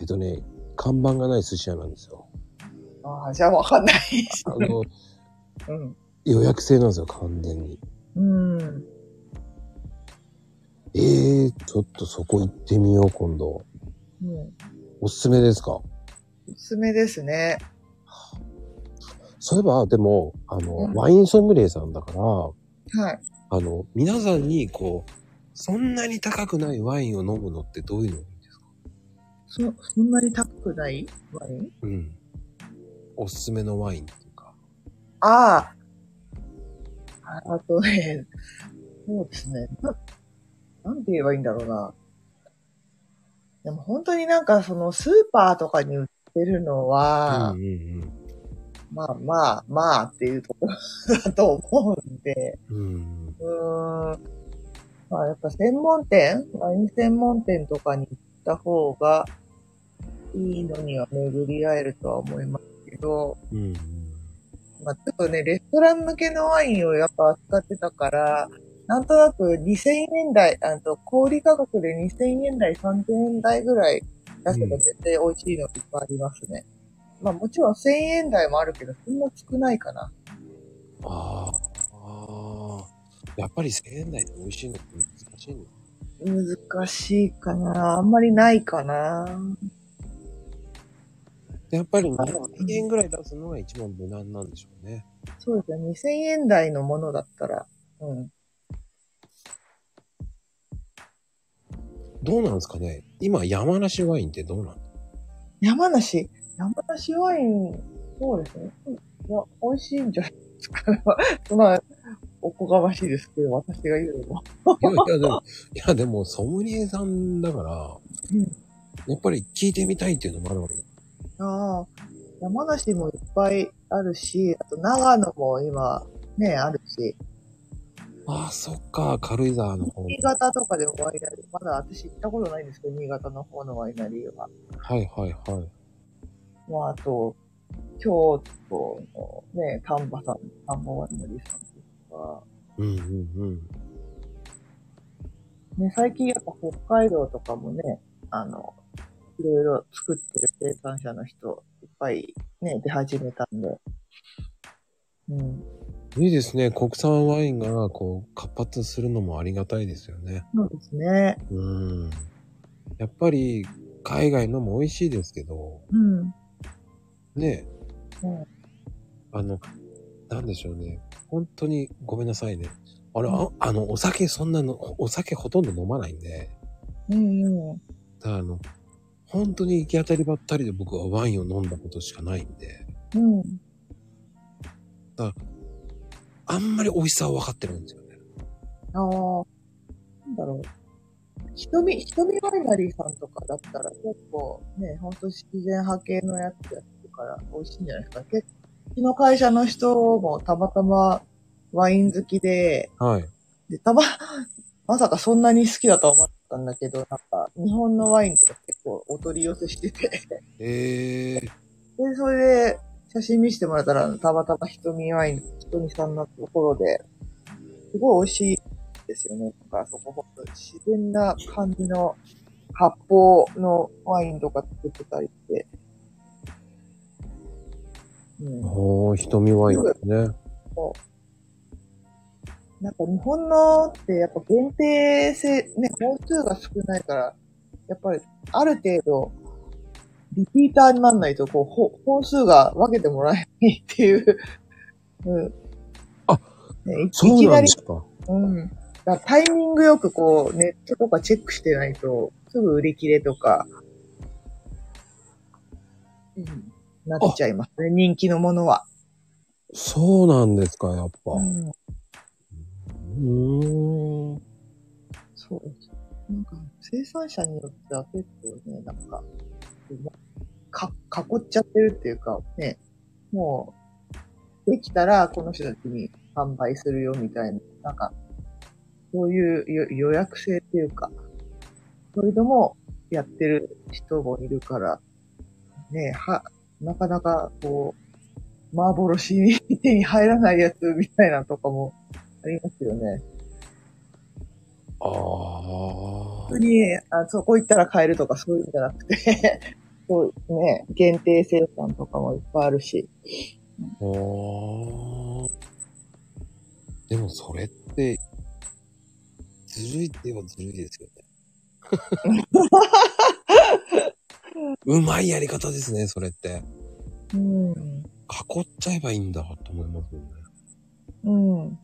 えっとね、看板がない寿司屋なんですよ。
ああ、じゃあわかんない。
あの、
うん。
予約制なんですよ、完全に。
うん。
ええー、ちょっとそこ行ってみよう、今度。
うん。
おすすめですか
おすすめですね。
そういえば、でも、あの、
うん
ワインソムリエさんだから、
はい。
あの、皆さんに、こう、そんなに高くないワインを飲むのってどういうのがいいですか
そ、そんなに高くないワイン
うん。おすすめのワインっていうか。
ああ。ああとね、そうですね。 な、なんて言えばいいんだろうな。でも本当になんかそのスーパーとかに売ってるのは、
うんうん
まあまあまあっていうところだと思うんで、
うん。うん。
うーん。まあやっぱ専門店ワイン専門店とかに行った方がいいのには巡り合えるとは思いますけど、
うんうん。
まあ、ちょっとね、レストラン向けのワインをやっぱ扱ってたから、なんとなく2000円台、あと、小売価格で2000円台、3000円台ぐらい出せば絶対美味しいのいっぱいありますね。まあもちろん1000円台もあるけど、そんな少ないかな。
あーあー。やっぱり1000円台で美味しいのって難しいの
難しいかな。あんまりないかな。
やっぱり2000円ぐらい出すのが一番無難なんでしょうね。
そうですね。2000円台のものだったら。うん。
どうなんですかね今、山梨ワインってどう なん
山梨山梨ワイン、そうですね。うんいや、美味しいんじゃないですか。 まあ、おこがましいですけど、私が言うのも。
いやいや、でも、いや、でも、ソムリエさんだから、
うん
やっぱり聞いてみたいっていうのもあるわけで。
ああ、山梨もいっぱいあるし、あと長野も今、ね、あるし、
ああ、そっか、軽井沢の方。
新潟とかでもワイナリー、まだ私行ったことないんですけど、新潟の方のワイナリーは。
はいはいはい。
まあ、あと、京都のね、丹波さん、丹波ワイナリーさんとか、
うんうんうん。
ね、最近やっぱ北海道とかもね、あの、いろいろ作ってる生産者の人、いっぱいね、出始めたんで。うん。
いいですね。国産ワインが、こう、活発するのもありがたいですよね。
そうですね。
うん。やっぱり、海外のも美味しいですけど、
うん。うん。
ね、
うん
あの、なんでしょうね。本当に、ごめんなさいね。あれ、ああの、お酒そんなの、お酒ほとんど飲まないんで、
うん。
ただあの、本当に行き当たりばったりで僕はワインを飲んだことしかないんで、
うん。
あんまり美味しさは分かってるんですよね。
ああ、なんだろう。ひとみ、ひとみワイナリーさんとかだったら結構ね、ほんと自然派系のやつやってるから美味しいんじゃないですか。結構、うちの会社の人もたまたまワイン好きで、
はい。
で、たま、 まさかそんなに好きだとは思ったんだけど、なんか、日本のワインとか結構お取り寄せして て、で、
えー、
それで写真見せてもらったら、たまたま瞳ワイン、瞳さんのところで、すごい美味しいですよね。なんか、そこほんと自然な感じの発泡のワインとか作ってたりして、うん。
おー、瞳ワインですね。
なんか日本のってやっぱ限定性、ね、本数が少ないから、やっぱりある程度、リピーターにならないと、こう、ほ本数が分けてもらえないっていう、 うん。
あ
ね、いい
そう
き
な
なん
で
り、
すか。
うん。だからタイミングよくこう、ネットとかチェックしてないと、すぐ売り切れとか、うん、なっちゃいますね、人気のものは。
そうなんですか、やっぱ。
うん。
うーん。
そうです。なんか、生産者によっては結構ね、なんか、か、囲っちゃってるっていうか、ね、もう、できたらこの人たちに販売するよみたいな、なんか、そういうよ予約制っていうか、それでもやってる人もいるから、ね、は、なかなかこう、幻に手に入らないやつみたいなのとかもありますよね。
あ
本当に、あそこ行ったら買えるとかそういうんじゃなくて、 そうね、限定生産とかもいっぱいあるし。
あ。おーでもそれって、ずるいって言えばずるいですよね。うまいやり方ですね、それって。
うん。
囲っちゃえばいいんだと思いますよね。
うん。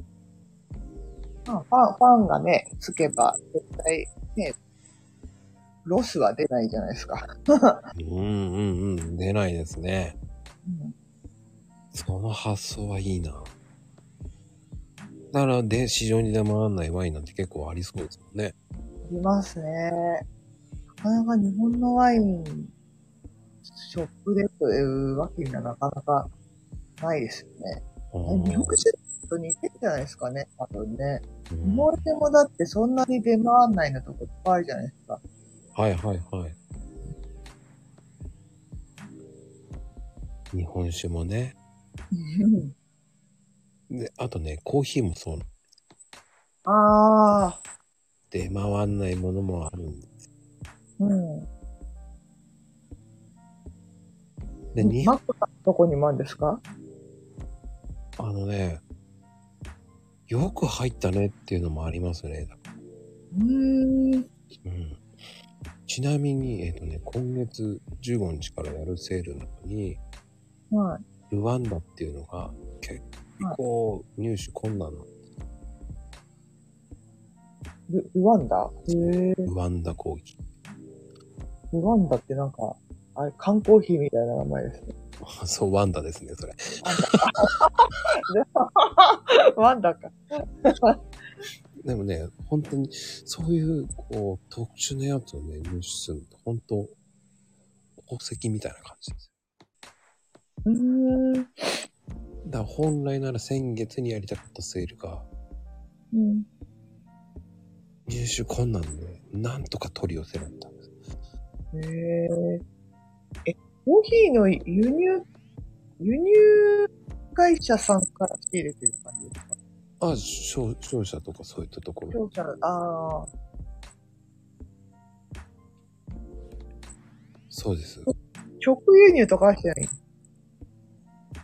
まあ、ファン、ファンがね、つけば、絶対、ね、ロスは出ないじゃないですか。
うんうんうん。出ないですね。
うん
その発想はいいな。だから、で、市場に出回らないワインなんて結構ありそうですもんね。
ありますね。なかなか日本のワイン、ショップでというわけにはなかなかないですよね。
うん
日本酒と似てるじゃないですかね、多分ね。
うん
日本酒もだってそんなに出回んないのとこいっぱいあるじゃないですか。
はいはいはい。日本酒もね。で、あとね、コーヒーもそうなん
ああ、
で、回んないものもあるんで。
うん。
で、に、
マックさんどこにもあるんですか
あのね、よく入ったねっていうのもありますね。
うーん。
うんちなみに、えっ、とね、今月15日からやるセールの中に、
はい。
ルワンダっていうのが結構入手困難な、
ルルワンダへえ。
ルワンダコーヒー。
ルワンダってなんか、あれ、缶コーヒーみたいな名前 ですね。
あ そう、ワンダですね、それ。
ワンダか。
でもね、本当に、そういう、こう、特殊なやつをね、入手するのと、本当宝石みたいな感じですよ。
うー
だ
ん。
から本来なら先月にやりたかったセールが
うん。
入手困難で、なんとか取り寄せられたんです。
へえ。え、コーヒーの輸入、輸入会社さんから仕入れてる感じですか
あ、商商社とかそういったところ。
商社、ああ、
そうです。
直輸入とかはしてない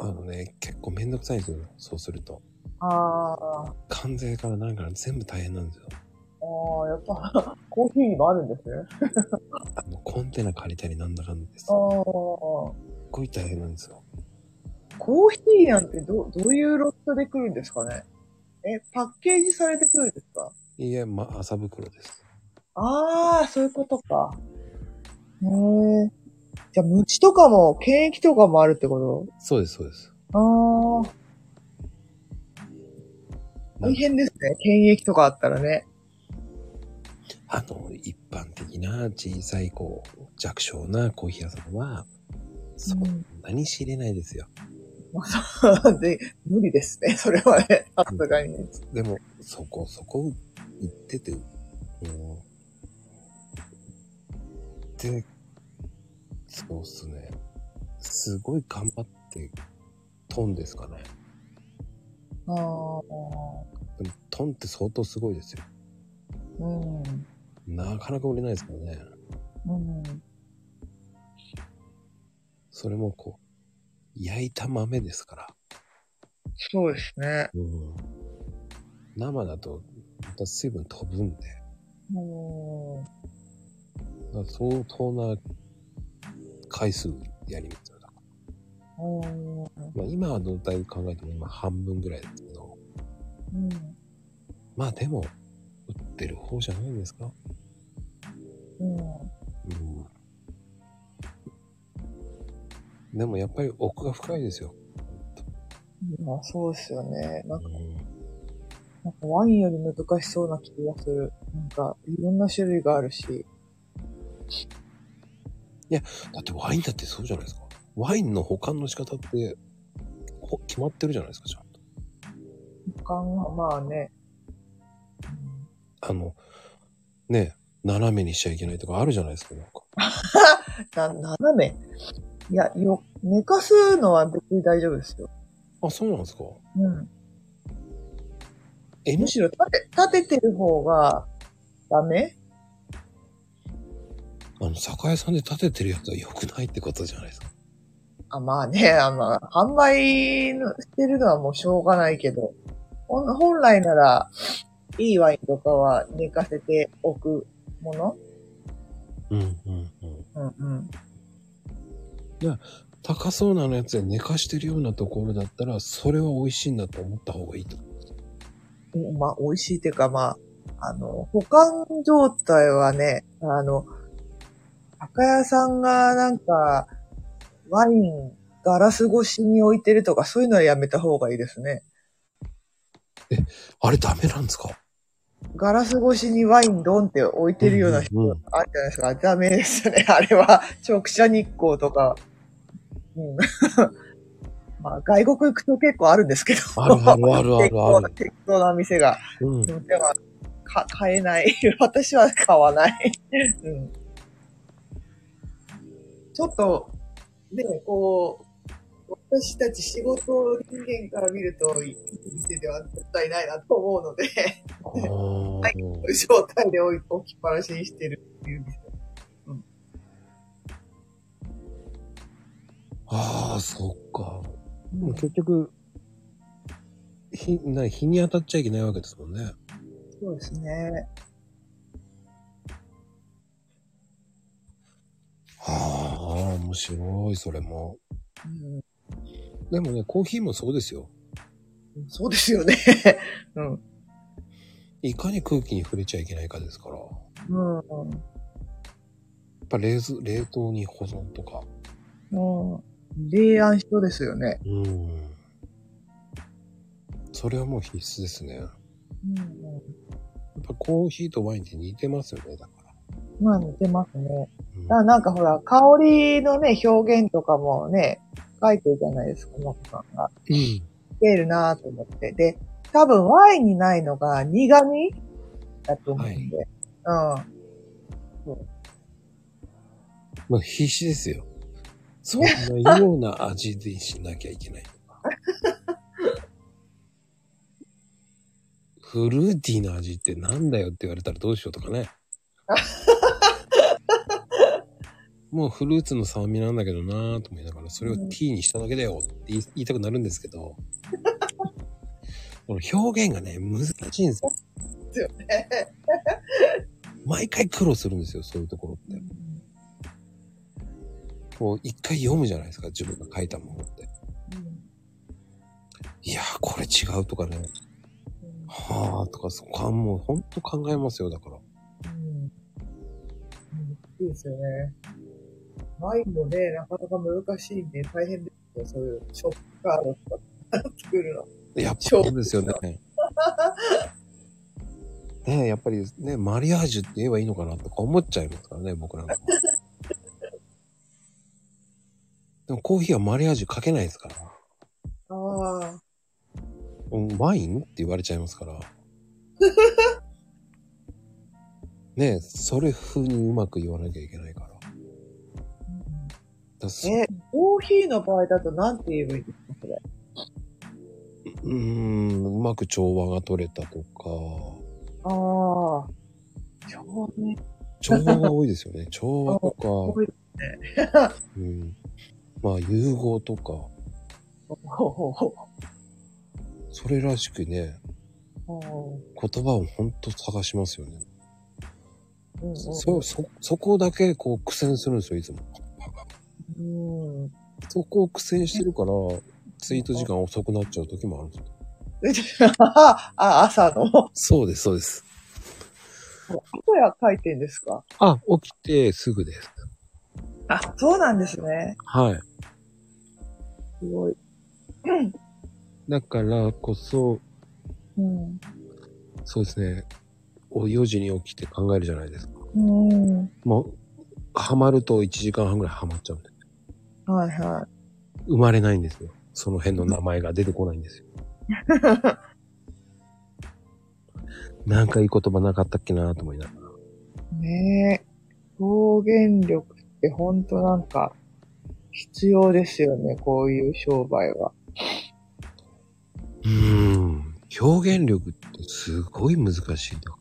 あのね、結構めんどくさいんですよ。そうすると。
ああ、
関税からなんから全部大変なんですよ。
ああ、やっぱ、コーヒーにもあるんですね。
あの、コンテナ借りたりなんだかんだです。
あ
す
あ、
っ
コ
ごい大変なんですよ。
ーヒーなんてど、どういうロットで来るんですかねえ、パッケージされてくるんですか
いや、ま、麻袋です。
ああ、そういうことか。へえ。じゃあ、無知とかも、検疫とかもあるってこ
そうです、そうです。
とああ、大変ですね。検疫とかあったらね。
あの、一般的な小さい、こう、弱小なコーヒー屋さんは、そん
ん。
なに仕入れないですよ。
で、無理ですね。それはね、さすがにね。
でも、そこそこ行ってて、もう、で、そうっすね。すごい頑張って、トンですかね。
ああ、
でも、トンって相当すごいですよ。
うん。
なかなか売れないですからね。
うん。
それもこう、焼いた豆ですから。
そうですね。
うん。生だと、また水分飛ぶんで、
うん。
だから相当な回数やりますよ。だから
うん。
まあ、今はどうだいぶ考えても今半分ぐらいですけど、まあでも、売ってる方じゃないですか。
う
う
ん。
ん。でもやっぱり奥が深いですよ。
まあ、そうですよね。なんか、
うん
なんかワインより難しそうな気がする。なんか、いろんな種類があるし。
だってワインだってそうじゃないですか。ワインの保管の仕方って、こ決まってるじゃないですか、ちゃんと。
保管はまあね。
あの、ねえ、斜めにしちゃいけないとかあるじゃないですか、なんか。
な、斜め。いや、よ、寝かすのは別に大丈夫ですよ。
あ、そうなんですか。
うん。
え、む
むしろ立て、立ててる方がダメ
あの、酒屋さんで立ててるやつは良くないってことじゃないですか。
あ、まあね、 あの、販売のしてるのはもうしょうがないけど、ほん本来なら、いいワインとかは寝かせておくもの
うんうんうん。
うんうん。
高そうなのやつで寝かしてるようなところだったら、それは美味しいんだと思った方がいいと。
おまあ、美味しいっていうか、まあ、あの、保管状態はね、あの、酒屋さんがなんか、ワイン、ガラス越しに置いてるとか、そういうのはやめた方がいいですね。
あれダメなんですか
ガラス越しにワインドンって置いてるような人
うんうんうん
あるじゃないですか。ダメですね。 あれは、直射日光とか。うん。 まあ、外国行くと結構あるんですけど。
あるあるあるあ
結
るあ
構な
る。、
結構な店が。
うん。
でも、か、買えない。 私は買わない。 うん。ちょっと、ね、こう、私たち仕事人間から見ると、いい店では絶対ないなと思うので。
あー
は状態で置い置きっぱなしにしてるっていう。
あー、そっか。でも結局、日、な、日に当たっちゃいけないわけですもんね。
そうですね。
ああ、面白い、それも。
うん、
でもね、コーヒーもそうですよ。
そうですよね。 うん。
いかに空気に触れちゃいけないかですから。や
うん。
っぱ冷蔵冷凍に保存とか。
うん。冷暗しそうですよね。
うん。それはもう必須ですね。やっ
うん、
ぱコーヒーとワインって似てますよね、だから。
うん。まあ似てますね。
うん
あなんかほら、香りのね、表現とかもね、書いてるじゃないですか、マコさんが。
うん。
出るなぁと思って。で、多分ワインにないのが苦味だと思うんで。
まあ必死ですよ。そんなような味にしなきゃい けないとか。フルーティーな味ってなんだよって言われたらどうしようとか ね。もうフルーツの酸味なんだけどなぁと思いながら、それをティーにしただけだよって言い言いたくなるんですけど。この表現がね、難しいんですよ。
うん。ですよね。
毎回苦労するんですよ、そういうところって。
う
こう、一回読むじゃないですか、自分が書いたものって。
ん
いやー、これ違うとかね。
うん
はあ、とか、そこはもうほんと考えますよ、だから。
うんうんいいですよね。ワインもね、なかなか難しいんで、大変ですよ。そういう、ショップカードとか作るの。
やっぱそうですよね。 ねえ、やっぱりね、マリアージュって言えばいいのかなとか思っちゃいますからね、僕なんかも。 でもコーヒーはマリアージュかけないですから。
ああ、
うんワインって言われちゃいますから。 ねえ、それ風にうまく言わなきゃいけないから。だからそ
え、コーヒーの場合だと何て言えばいいんですか、それ。
うーん、うまく調和が取れたとか。
ああ、そうね。
調和が多いですよね。調和と か、
多いで
うん、まあ融合とか、
ほほほ
それらしくね、
ほ
言葉をほんと探しますよね。
うんうん
そ、そ、そこだけこう苦戦するんですよ、いつも。
うん。
そこを苦戦してるから、ツイート時間遅くなっちゃう時もあるんですよ。
あ、朝の。こ
そうです、そうです。
れは書いてんですか
あ、起きてすぐです。
あ、そうなんですね。
はい。
すごい。
だからこそ、
うん。
そうですね。お4時に起きて考えるじゃないですか。
うん。
もう、ハマると1時間半ぐらいハマっちゃうんで。
はいは
生まれないんですよ。その辺の名前が出てこないんですよ。なんかいい言葉なかったっけなと思いながら。
い。ねえ。表現力ってほんとなんか、必要ですよね、こういう商売は。
うーん。表現力ってすごい難しいんだ。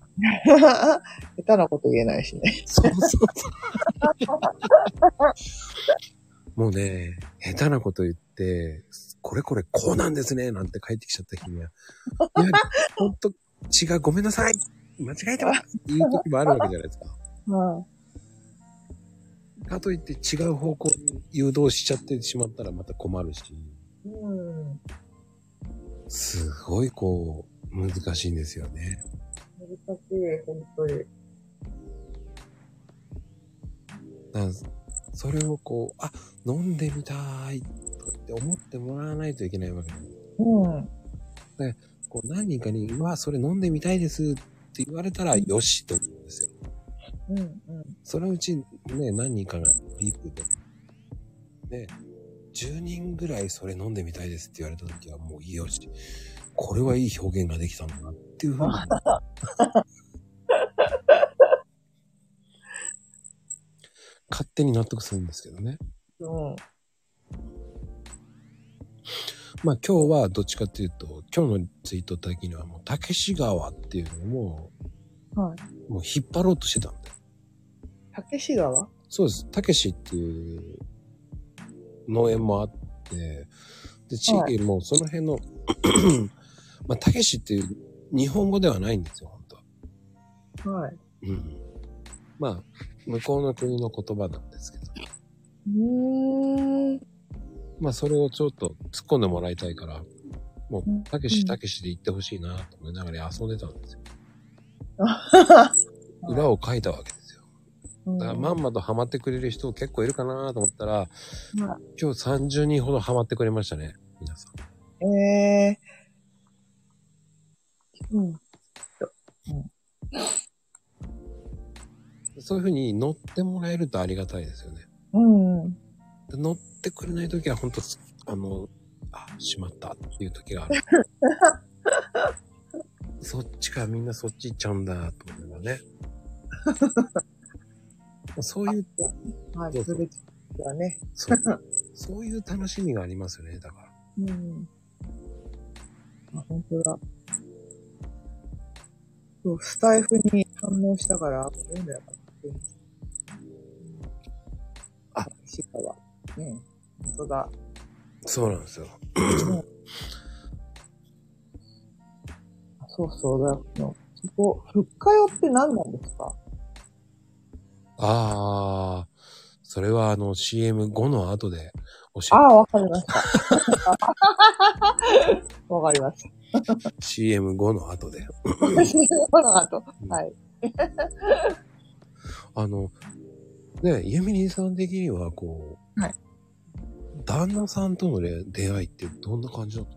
下手なこと言えないしね。
そうそうそう。もうね、下手なこと言って、これこれこうなんですね、なんて帰ってきちゃった日には、いや、ほんと違う、ごめんなさい間違えてますっていう時もあるわけじゃないですか。
は
かといって違う方向に誘導しちゃってしまったらまた困るし、
い。うん。
すごいこう、難しいんですよね。
難しい、ほんとに。
だからそれをこう、あ、飲んでみたいとかって思ってもらわないといけないわけなんです。
うん。
こう何人かに、うわ、それ飲んでみたいですって言われたら、よしと思うんですよ。
うん。うん。
そのうちね、何人かがリープで、ね、10人ぐらいそれ飲んでみたいですって言われた時はもういいよし、これはいい表現ができたんだなっていうふうに。勝手に納得するんですけどね。
うん。
まあ今日はどっちかっていうと、今日のツイート的にはもう、たけし川っていうのも、
はい
もう引っ張ろうとしてたんだよ。
竹志川
そうです。たけしっていう農園もあって、で、地域もその辺の、 まあ、たけしっていう日本語ではないんですよ、本当は
はい。
うん。まあ、向こうの国の言葉なんですけど。
うーん。
まあ、それをちょっと突っ込んでもらいたいから、も
うん
う、たけし、たけしで行ってほしいなと思いながら遊んでたん ですよ。裏を書いたわけですよ。だから、まんまとハマってくれる人結構いるかなと思ったら、
ま
今日30人ほどハマってくれましたね、皆さん。
あ、えー。うん。
そういうふうに乗ってもらえるとありがたいですよね。
うんうん。
で乗ってくれないときは本当あの、あ、しまったっていう時がある。そっちか、みんなそっち行っちゃうんだ、と思うのね。そういう、
はい、
どう
そ
ぞ
れはね。
そう、そういう楽しみがありますよね、だから。
うん。あ、本当だ。そう、スタイフに反応したから、これ読んだよかった。
あ、
シカは。うん。本当だ。
そうなんですよ。
そうそうだ。あのそこ、ふっかよって何なんですか
ああ、それはあの CM5 の後で
あ
教え
あ、わかりました。 わかりました。
て、CM5 の後で。
私、この後。はい。
あの、ね、ユミリンさん的には、こう、
はい
旦那さんとのれ出会いってどんな感じだっ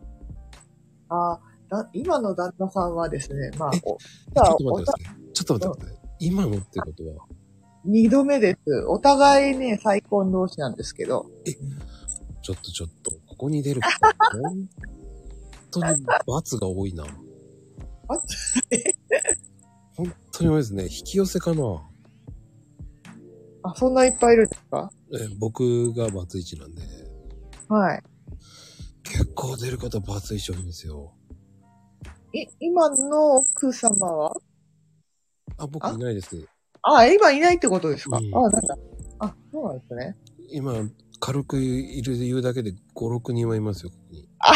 た
ああ、だ今の旦那さんはですね、まあ、お
ちょ
さ
っと
あお
待って
た
ください。ちょっと待ってください。今のってことは、
二度目です。お互いね、再婚同士なんですけど。
ちょっとちょっと、ここに出ることは、本当に罰が多いな。
罰
本当に多いですね。引き寄せかな。
あ、そんないっぱいいるんですか
え僕がバツイチなんで、
はい。
結構出る方バツイチ多いんですよ。
い、今の奥様は
あ、僕
あ
いないです。
あ、今いないってことですか、
うん
あ、なんだ。あ、そうなんですね。
今、軽くいる言うだけで5、6人はいますよ、ここに。
あ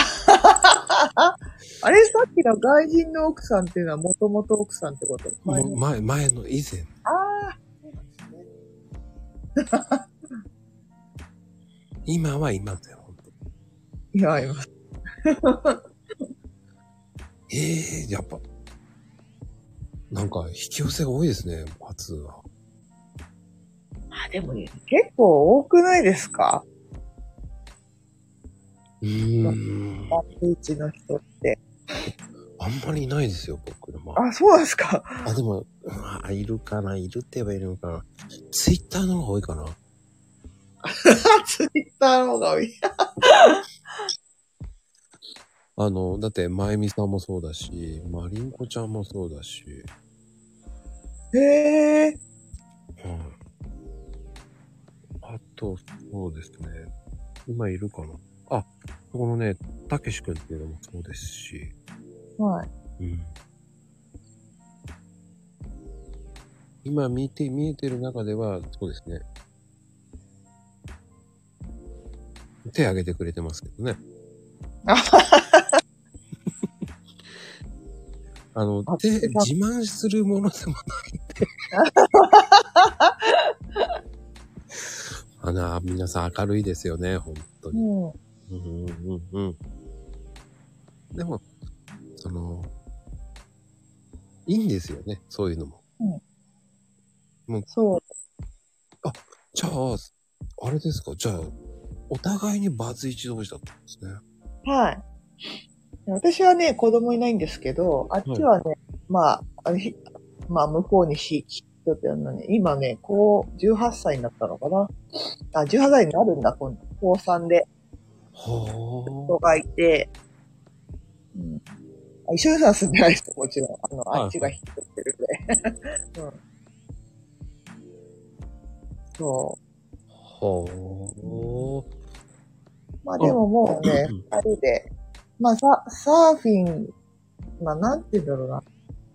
れ、さっきの外人の奥さんっていうのは元々奥さんってこと
もう前、前の以前。
ああ、そうなんですね。
今はいますよ、本当
いや、今。
ええやっぱ。なんか、引き寄せが多いですね、罰は。
あ、でもね、結構多くないですか
うーん。
バツイチの人って。
ああんまりいないですよ、僕、車。
あ、そうなんですか。
あ、でも、まあ、いるかな、いるって言えばいるのかな。ツイッターの方が多いかな。
ツイッターの方が多い。
あの、だって、まゆみさんもそうだし、まりんこちゃんもそうだし、
へえ。
はい。あと、そうですね。今いるかな。あ、このね、たけしくんっていうのもそうですし、
はい。
うん。今見て、見えてる中では、そうですね。手挙げてくれてますけどね。あの
あ、
手、
違う
自慢するものでもないって。あの、皆さん明るいですよね、本当に。
う
う
ん。
んうんうんうん。でも、その、いいんですよね、そういうのも。
そう。
じゃあ、あれですか、じゃあ、お互いにバツイチ同士だったんですね。
はい。私はね、子供いないんですけど、あっちはね、まあ、あれひまあ、向こうにし、きっとってやるのね、今ね、こう、18歳になったのかな。あ、18歳になるんだ、今度。高3で、
は
人がいて、うん。あ一緒にさ、住んでないですもちろん。あの、
はい
あっちが引き取ってるんで。うん。 そ
あ。は
う。まあでももうね、二人で、まあササーフィン、まあなんて言うんだろうな。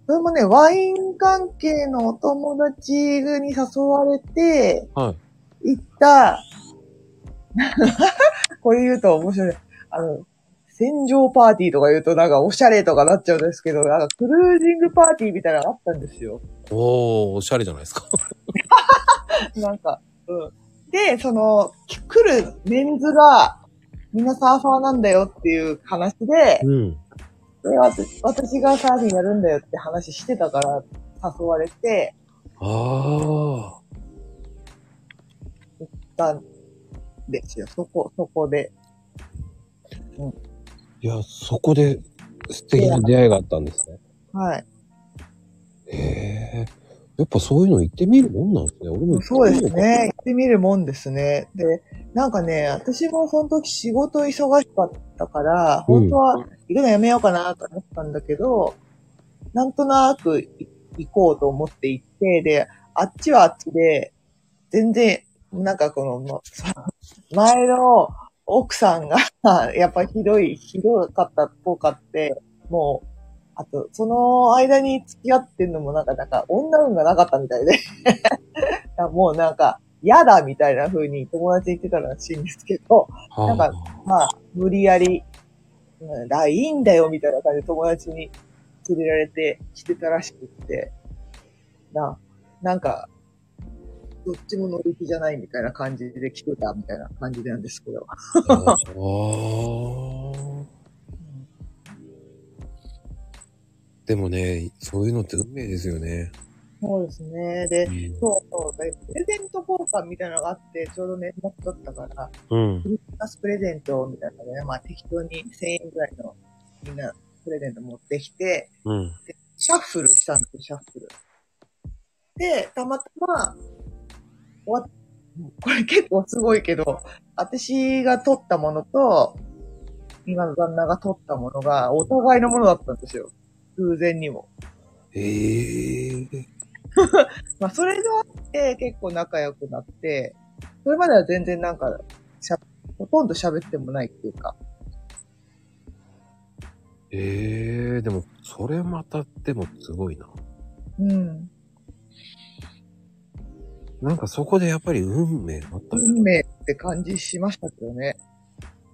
それもね、ワイン関係のお友達に誘われて、
あ。はい。
行った、 これ言うと面白い。あの、戦場パーティーとか言うとなんかおしゃれとかなっちゃうんですけど、なんかクルージングパーティーみたいなのがあったんですよ。
おー、おしゃれじゃないですか。
なんか、うん。で、その、き来るメンズが、みんなサーファーなんだよっていう話で、
うん。
で私私がサーフィンやるんだよって話してたから誘われて、
ああ。
行ったんですよ。そこ、そこで。
いや、そこで素敵な出会いがあったんですね。
はい。
へえ。やっぱそういうの行ってみるもんなんですね。俺も行ってみよ
そう
か
ですね。行ってみるもんですね。で、なんかね、私もその時仕事忙しかったから、
うん
本当は行くのやめようかなと思ったんだけど、なんとなく行こうと思って行って、で、あっちはあっちで、全然、なんかこの、もう 前の奥さんが、 やっぱひどい、ひどかったっぽかって、もう、あと、その間に付き合ってんのもなんか、なんか、女運がなかったみたいで、 あもうなんか、嫌だみたいな風に友達に言ってたらしいんですけど、
はあ
なんまあ、無理やり、うん、だいいんだよみたいな感じで友達に連れられて来てたらしくって、な、なんか、どっちも乗り気じゃないみたいな感じで来てたみたいな感じなんですけど。
あーでもね、そういうのって運命ですよね。
そうですね。で
う、ん
そうそう。でプレゼント交換みたいなのがあって、ちょうど年末だったから、
うん。
クリスマスプレゼントみたいなので、まあ適当に1000円ぐらいのみんなプレゼント持ってきて、
うん。
シャッフルしたんですよ、シャッフル。で、たまたま、終わっこれ結構すごいけど、私が取ったものと、今の旦那が取ったものが、お互いのものだったんですよ。偶然にも。
ええ
まあ、それがあって、結構仲良くなって、それまでは全然なんか、しゃほとんど喋ってもないっていうか、
ええでも、それまた、でもすごいな。
うん。
なんかそこでやっぱり運命だったよ
運命って感じしましたけどね。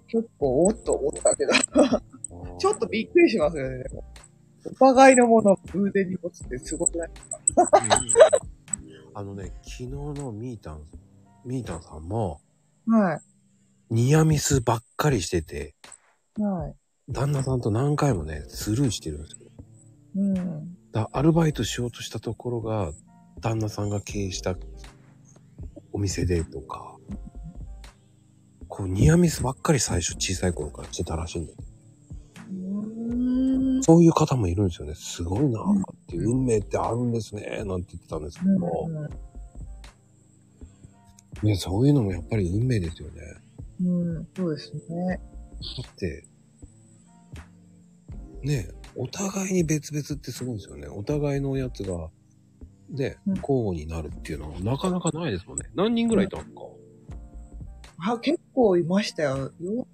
結構、おっと思ったけど、ちょっとびっくりしますよね、でも。お互いのものを偶然に持つってすごくない
あのね、昨日のミータン、ミータンさんも、
は
ニアミスばっかりしてて、
い。はい。
旦那さんと何回もね、スルーしてるんですよ。
うん。
だアルバイトしようとしたところが、旦那さんが経営したお店でとか、こう、ニアミスばっかり最初小さい頃からしてたらしいんだよ。
うーん。
そういう方もいるんですよね。すごいなぁっていう、運命ってあるんですね、なんて言ってたんですけども、ね、そういうのもやっぱり運命ですよね。
うん、うん、そうですね。
だって、ねえ、お互いに別々ってすごいですよね。お互いのやつが、ね、
うん
交互になるっていうのはなかなかないですもんね。何人ぐらいいたんですか、
あ、結構いましたよ。よ、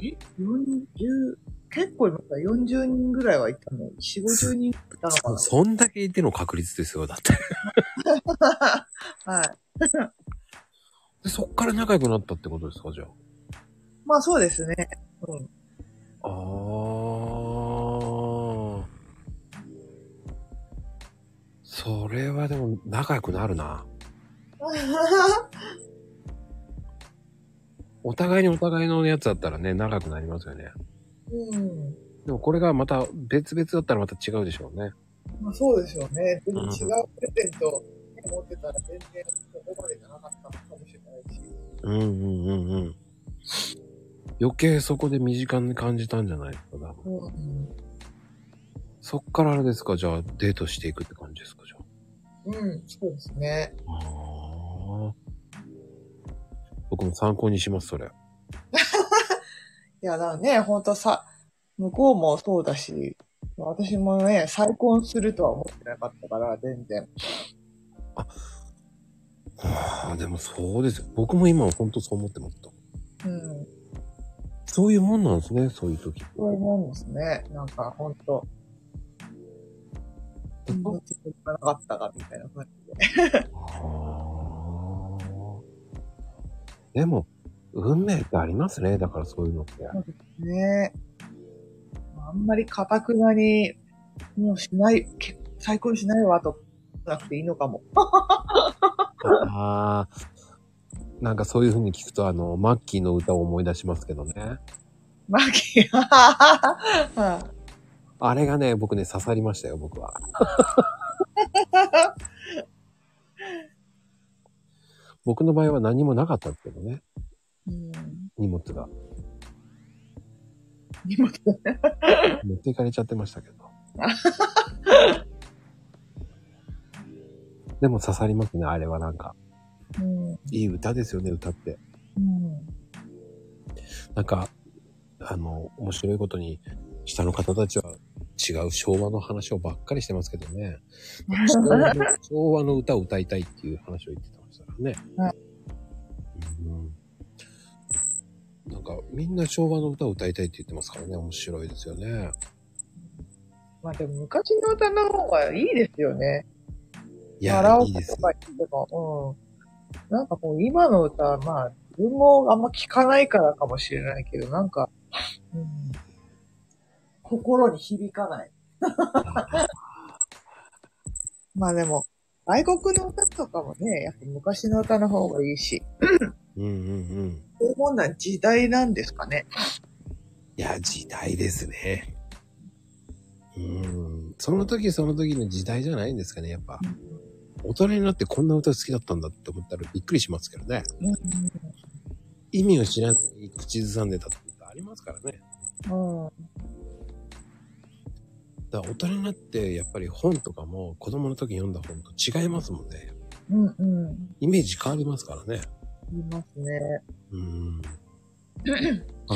え ?40、結構いました。40人ぐらいはいたの。4、50人いたのか
そんだけいての確率ですよ、だって。
な。はい。
でそっから仲良くなったってことですか、じゃあ。
まあそうですね。うん。
あー。それはでも仲良くなるな。お互いにお互いのやつだったらね、仲良くなりますよね。
うん。
でもこれがまた別々だったらまた違うでしょうね。
まあそうでしょうね。全然違うプレゼントを持ってたら全然ここまでじゃなかったのかもしれないし。
うんうんうんうん。余計そこで身近に感じたんじゃないですか。多分
うん。
そっからあれですか、じゃあデートしていくって感じですか、じゃあ。
うん、そうですね。
あー僕も参考にします、それ。
いや、だからね、ほんとさ、向こうもそうだし、私もね、再婚するとは思ってなかったから、全然。
ああ、でもそうですよ。僕も今は本当そう思ってました。
うん。
そういうもんなんですね、そういう時。
そういうもんですね。なんか、ほんと。どっちも行かなかったか、みたいな感じで。
あーでも、運命ってありますね、だからそういうのって。
ねあんまりかたくなに、もうしない、結再婚しないわ、と、なくていいのかも。
ああ。なんかそういう風に聞くと、あの、マッキーの歌を思い出しますけどね。
マキー、は
あれがね、僕ね、刺さりましたよ、僕 は。僕の場合は何もなかったんですけどね、
うん。
荷物が。
荷物
持っていかれちゃってま したけど。でも刺さりますね、あれはなんか。
うん。
いい歌ですよね、歌って。
うん。
なんか、あの、面白いことに、下の方たちは違う昭和の話をばっかりしてますけどね。昭和の昭和の歌を歌いたいっていう話を言ってましたからね。
はい
うん、なんか、みんな昭和の歌を歌いたいって言ってますからね、面白いですよね。
まあでも昔の歌の方がいいですよね。
い
カラ
や、
オ
いい
ケ
です
と
よ
か行っても。うん。なんかもう今の歌、まあ自分もあんま聞かないからかもしれないけど、なんか、うん、心に響か ない。まあでも、外国の歌とかもね、やっぱ昔の歌の方がいいし、
うんうんうん。
そういうもんなん時代なんですかね。
いや、時代ですね。うん。その時その時の時代じゃないんですかね、やっぱ。大人になってこんな歌好きだったんだって思ったらびっくりしますけどね。
うん。
意味を知らずに口ずさんでたってことありますからね。
うん。
だから大人になってやっぱり本とかも子供の時読んだ本と違いますもんね。
うん。うん。
イメージ変わりますからね。
言いますね。
うん。 あ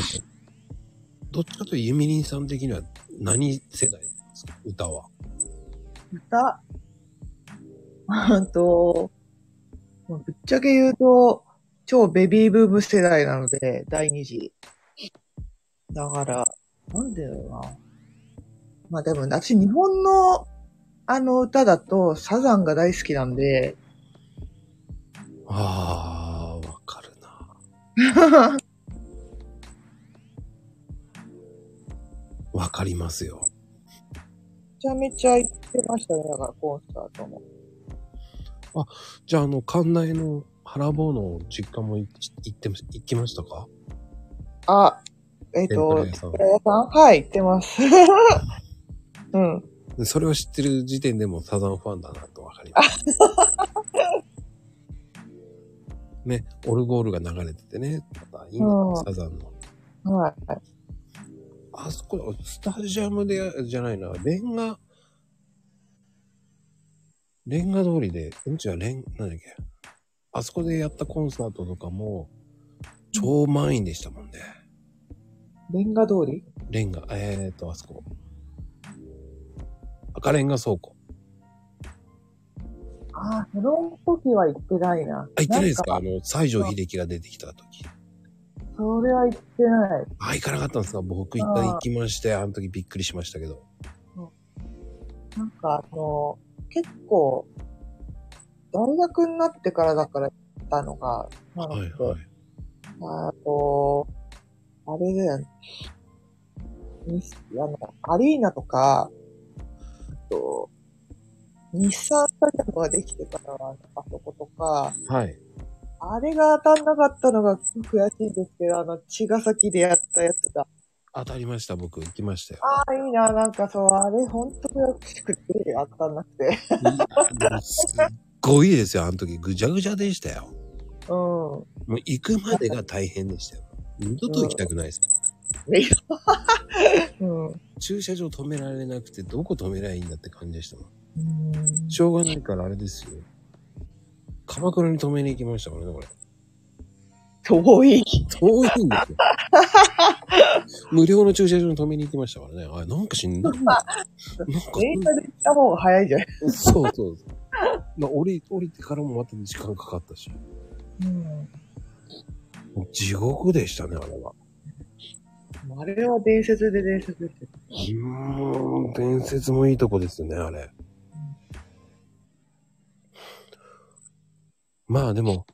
どっちかというとユミリンさん的には何世代なんですか歌は。
歌、あと、まあぶっちゃけ言うと、超ベビーブーム世代なので、第二次。だから、なんでだろうな。まあでも、私日本の、あの歌だと、サザンが大好きなんで、
ああ、わかるな。 わかりますよ。
めちゃめちゃ行ってましたね、だからコンサートも。
じゃあ、あの、館内の原坊の実家もい行ってま、行きましたか
あ、え
天
っ、
ぷら
と
屋、さん
プラ屋さんはい、行ってます。 うん。
でそれを知ってる時点でもうサザンファンだなとわかり ます。ね、オルゴールが流れててね、またいいね
うん
サザンの。
はい。
あそこ、スタジアムで、じゃないな、レンガ、レンガ通りで、うんちはレン、なんだっけ、あそこでやったコンサートとかも、超満員でしたもんね。
レンガ通り
レンガ、えーと、あそこ。赤レンガ倉庫。
ああ、その時は行ってないな。
あ、行ってないです
ん
かあの、西城秀樹が出てきた時。
それは行ってない。
あ、行かなかったんですか僕一旦行きまして、あの時びっくりしましたけど。
なんかあの、結構、大学になってからだから行ったのが、なの
はい
で、
はい。
あと、あれだよね。にあの、アリーナとか、あと、日産スタジアムができてからは、あそことか、
はい。
あれが当たんなかったのが悔しいですけど、あの、茅ヶ崎でやったやつが。
当たりました、僕。行きましたよ。
ああ、いいな、なんかそう、あれほんと悔しくて、当たんなくて。
いやでもすっごいですよ、あの時。ぐじゃぐじゃでしたよ。
うん。
もう行くまでが大変でしたよ。二度と行きたくないです。
うん。う
駐車場止められなくて、どこ止めりゃいいんだって感じでしたもん。
ん
しょうがないからあれですよ。鎌倉に止めに行きましたからね、これ。
遠い。
遠いん ですよ。無料の駐車場に止めに行きましたからね。あれ、なんかしんない。なんか、
電車で行った方が早いじゃん。
そうそうそう。まあ、降り、降りてからもまた時間かかったし。
うん。
地獄でしたね、あれは。
あれは伝説で伝説ですよ。
うーん、伝説もいいとこですよね、あれ。まあでも、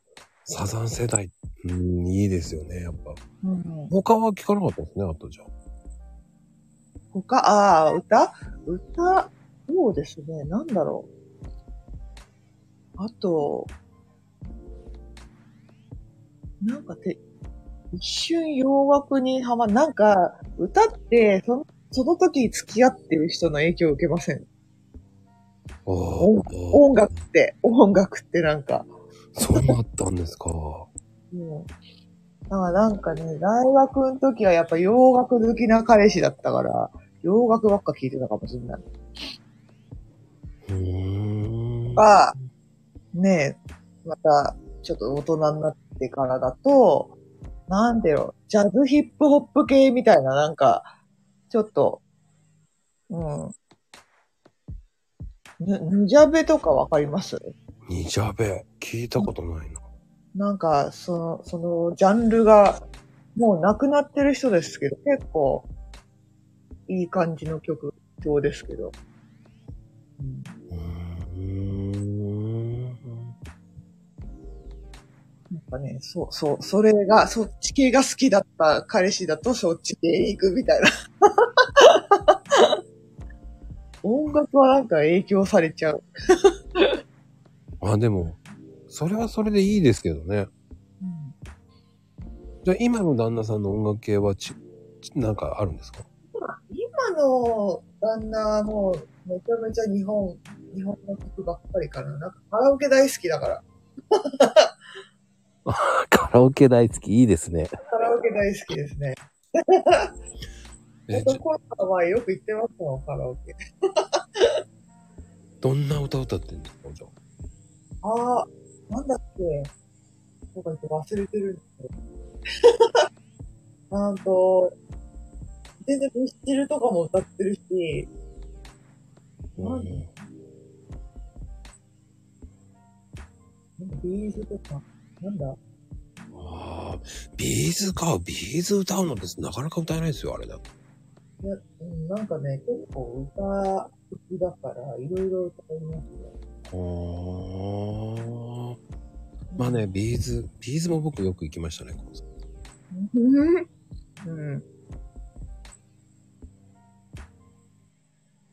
サザン世代、うん、いいですよね、やっぱ。
うん。
他は聞かなかったですね、あとじゃあ。
他、ああ、歌歌、そうですね。なんだろう。あと、なんかて、一瞬洋楽にハマ、なんか、歌って、その、その時付き合ってる人の影響を受けません。
おお
音楽って、音楽ってなんか。
そうなったんですか。
うん。だからなんかね、大学の時はやっぱ洋楽好きな彼氏だったから、洋楽ばっか聴いてたかもしれない。
うーん。
が、ねえ、また、ちょっと大人になってからだと、なんだよ、ジャズヒップホップ系みたいな、なんか、ちょっと、うん。ぬ、ぬじゃべとかわかります
にじゃべ、聞いたことないな。
なんか、その、その、ジャンルが、もうなくなってる人ですけど、結構、いい感じの曲調ですけど。うん
うーん。
なんかね、そう、そう、それが、そっち系が好きだった彼氏だと、そっち系へ行くみ たいな。音楽はなんか影響されちゃう。
あ、でも、それはそれでいいですけどね。じゃあ今の旦那さんの音楽系はち、ちなんかあるんですか
今の旦那はもう、めちゃめちゃ日本、日本の曲ばっかりかな。なんかカラオケ大好きだから。
カラオケ大好き、いいですね。
カラオケ大好きですね。
え、じゃ
男の子はよく行ってますもん、カラオケ。
どんな歌歌ってんですかじゃあ
ああ、なんだっけ。とか言って忘れてるんですけど。 なんと、全然ミスチルとかも歌ってるし、なんだなんかビーズとか、なんだ
ああ、ビーズか。ビーズ歌うのってなかなか歌えないですよ、あれだと。
いやうんなんかね、結構歌好きだから、いろいろ歌いますね。
ああ。まあね、ビーズ、ビーズも僕よく行きましたね、コンサート
うん。うん。
う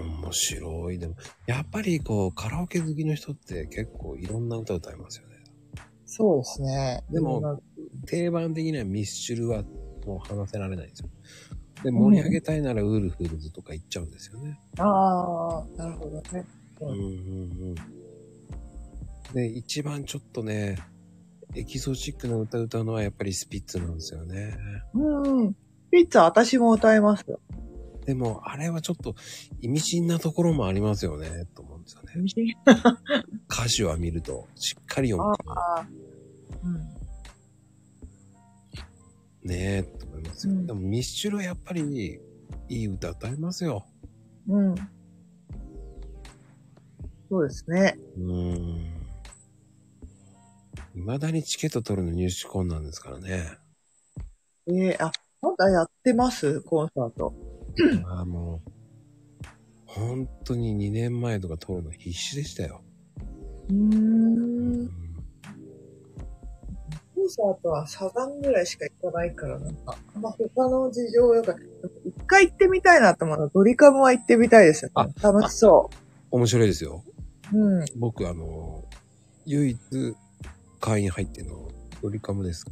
ん面白い。でも、やっぱりこう、カラオケ好きの人って結構いろんな歌歌いますよね。
そうですね。
でも
なんか
定番的にはミスチルはもう話せられないんですよ。で、盛り上げたいならウルフルズとか行っちゃうんですよね。
ああ、なるほどね。
うんうんうん。で、一番ちょっとね、エキゾチックな歌歌うのはやっぱりスピッツなんですよね。
うん。ピッツァ私も歌えますよ。
でも、あれはちょっと意味深なところもありますよね、と思うんですよね。歌詞は見ると、しっかり読むから
ああ。うん。
ねえ、と思いますよ。
うん
でも、ミッシュルはやっぱり、いい歌歌いますよ。
うん。そうですね。
うーん。未だにチケット取るの入手困難ですからね。
ええあ、まだやってますコンサート。
ああ、もう、本当に2年前とか取るの必死でしたよ。
うーん。コンサートはサザンぐらいしか行かないから、なんか、あんま他の事情よく、一回行ってみたいなと思うの。ドリカムは行ってみたいですよ、ね。楽しそ
面白いですよ。
う。うん。
僕、あの、唯一会員入ってんの、ドリカムです。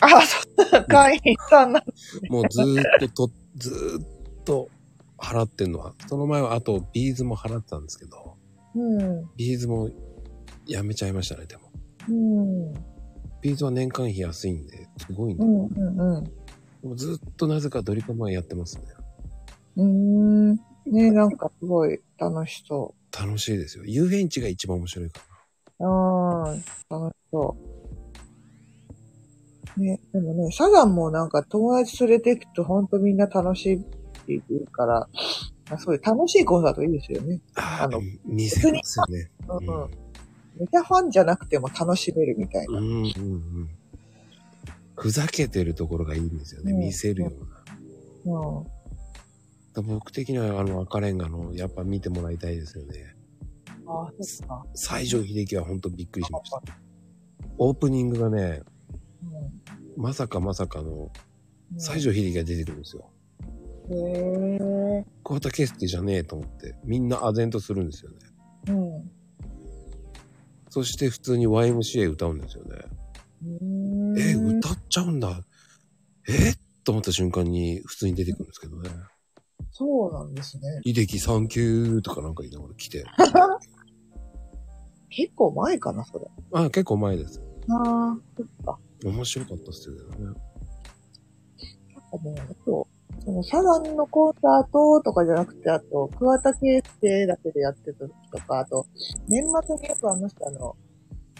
あ、そう、会員さんな。
もうずーっと と、ずーっと払ってんのは、その前はあとビーズも払ってたんですけど、
うん。
ビーズもやめちゃいましたね、でも。
うん。
ビーズは年間費安いんで、すごいん
う
で、
ん。うん。
もうずーっとなぜかドリカムはやってますね。
うん。うーん。ねなんかすごい楽しそ
楽しいですよ。遊園地が一番面白いか
う。うん。楽しそう。ね、でもね、サザンもなんか友達連れて行くとほんとみんな楽しいって言うから、あそういう楽しいコンサートいいですよね。
ら。あ
あ
の
の、
見せますよね。
うん
うん
メタファンじゃなくても楽しめるみたいな。
うんうんうん。ふざけてるところがいいんですよね。
うん
見せるような。
うん。
僕的にはあの赤レンガのやっぱ見てもらいたいですよね。
ああ、そうか。
西城秀樹は本当びっくりしました。オープニングがね、
うん
まさかまさかの
うん
西城秀樹が出てくるんですよ。
へえ。
桑田佳祐じゃねえと思って、みんな唖然とするんですよね。
うん。う
そして普通に YMCA 歌うんですよね。
ーん
え、歌っちゃうんだ。えと思った瞬間に普通に出てくるんですけどね。
そうなんですね。
秀樹サンキューとかなんか言いながら来 て。
結構前かな、それ。
あ、結構前です。
ああ、そっか。
面白かったっすよね。
あの、あと、そのサザンのコンサートとかじゃなくて、あと、桑田圭介だけでやってた時とか、あと、年末によくあの人あの、